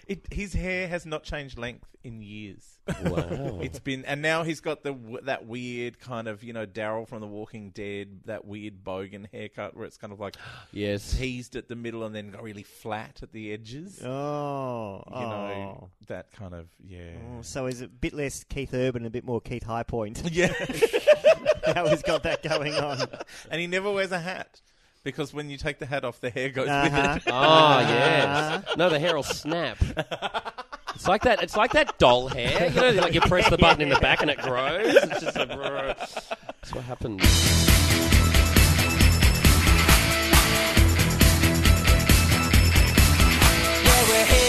Speaker 3: It, his hair has not changed length in years.
Speaker 2: Wow.
Speaker 3: It's been, and now he's got the w- that weird kind of you know Daryl from The Walking Dead, that weird bogan haircut where it's kind of like
Speaker 2: Yes.
Speaker 3: teased at the middle and then got really flat at the edges.
Speaker 1: oh,
Speaker 3: You know that kind of yeah.
Speaker 1: oh. So is it a bit less Keith Urban, and a bit more Keith Highpoint?
Speaker 3: Yeah,
Speaker 1: How he's got that going on?
Speaker 3: and he never wears a hat because when you take the hat off, the hair goes
Speaker 1: Uh-huh.
Speaker 3: with it.
Speaker 2: Oh yes. No, the hair will snap. It's like that. It's like that doll hair. You know, like you press the button in the back and it grows. It's just like, brr. that's what happens.
Speaker 5: Yeah, we're here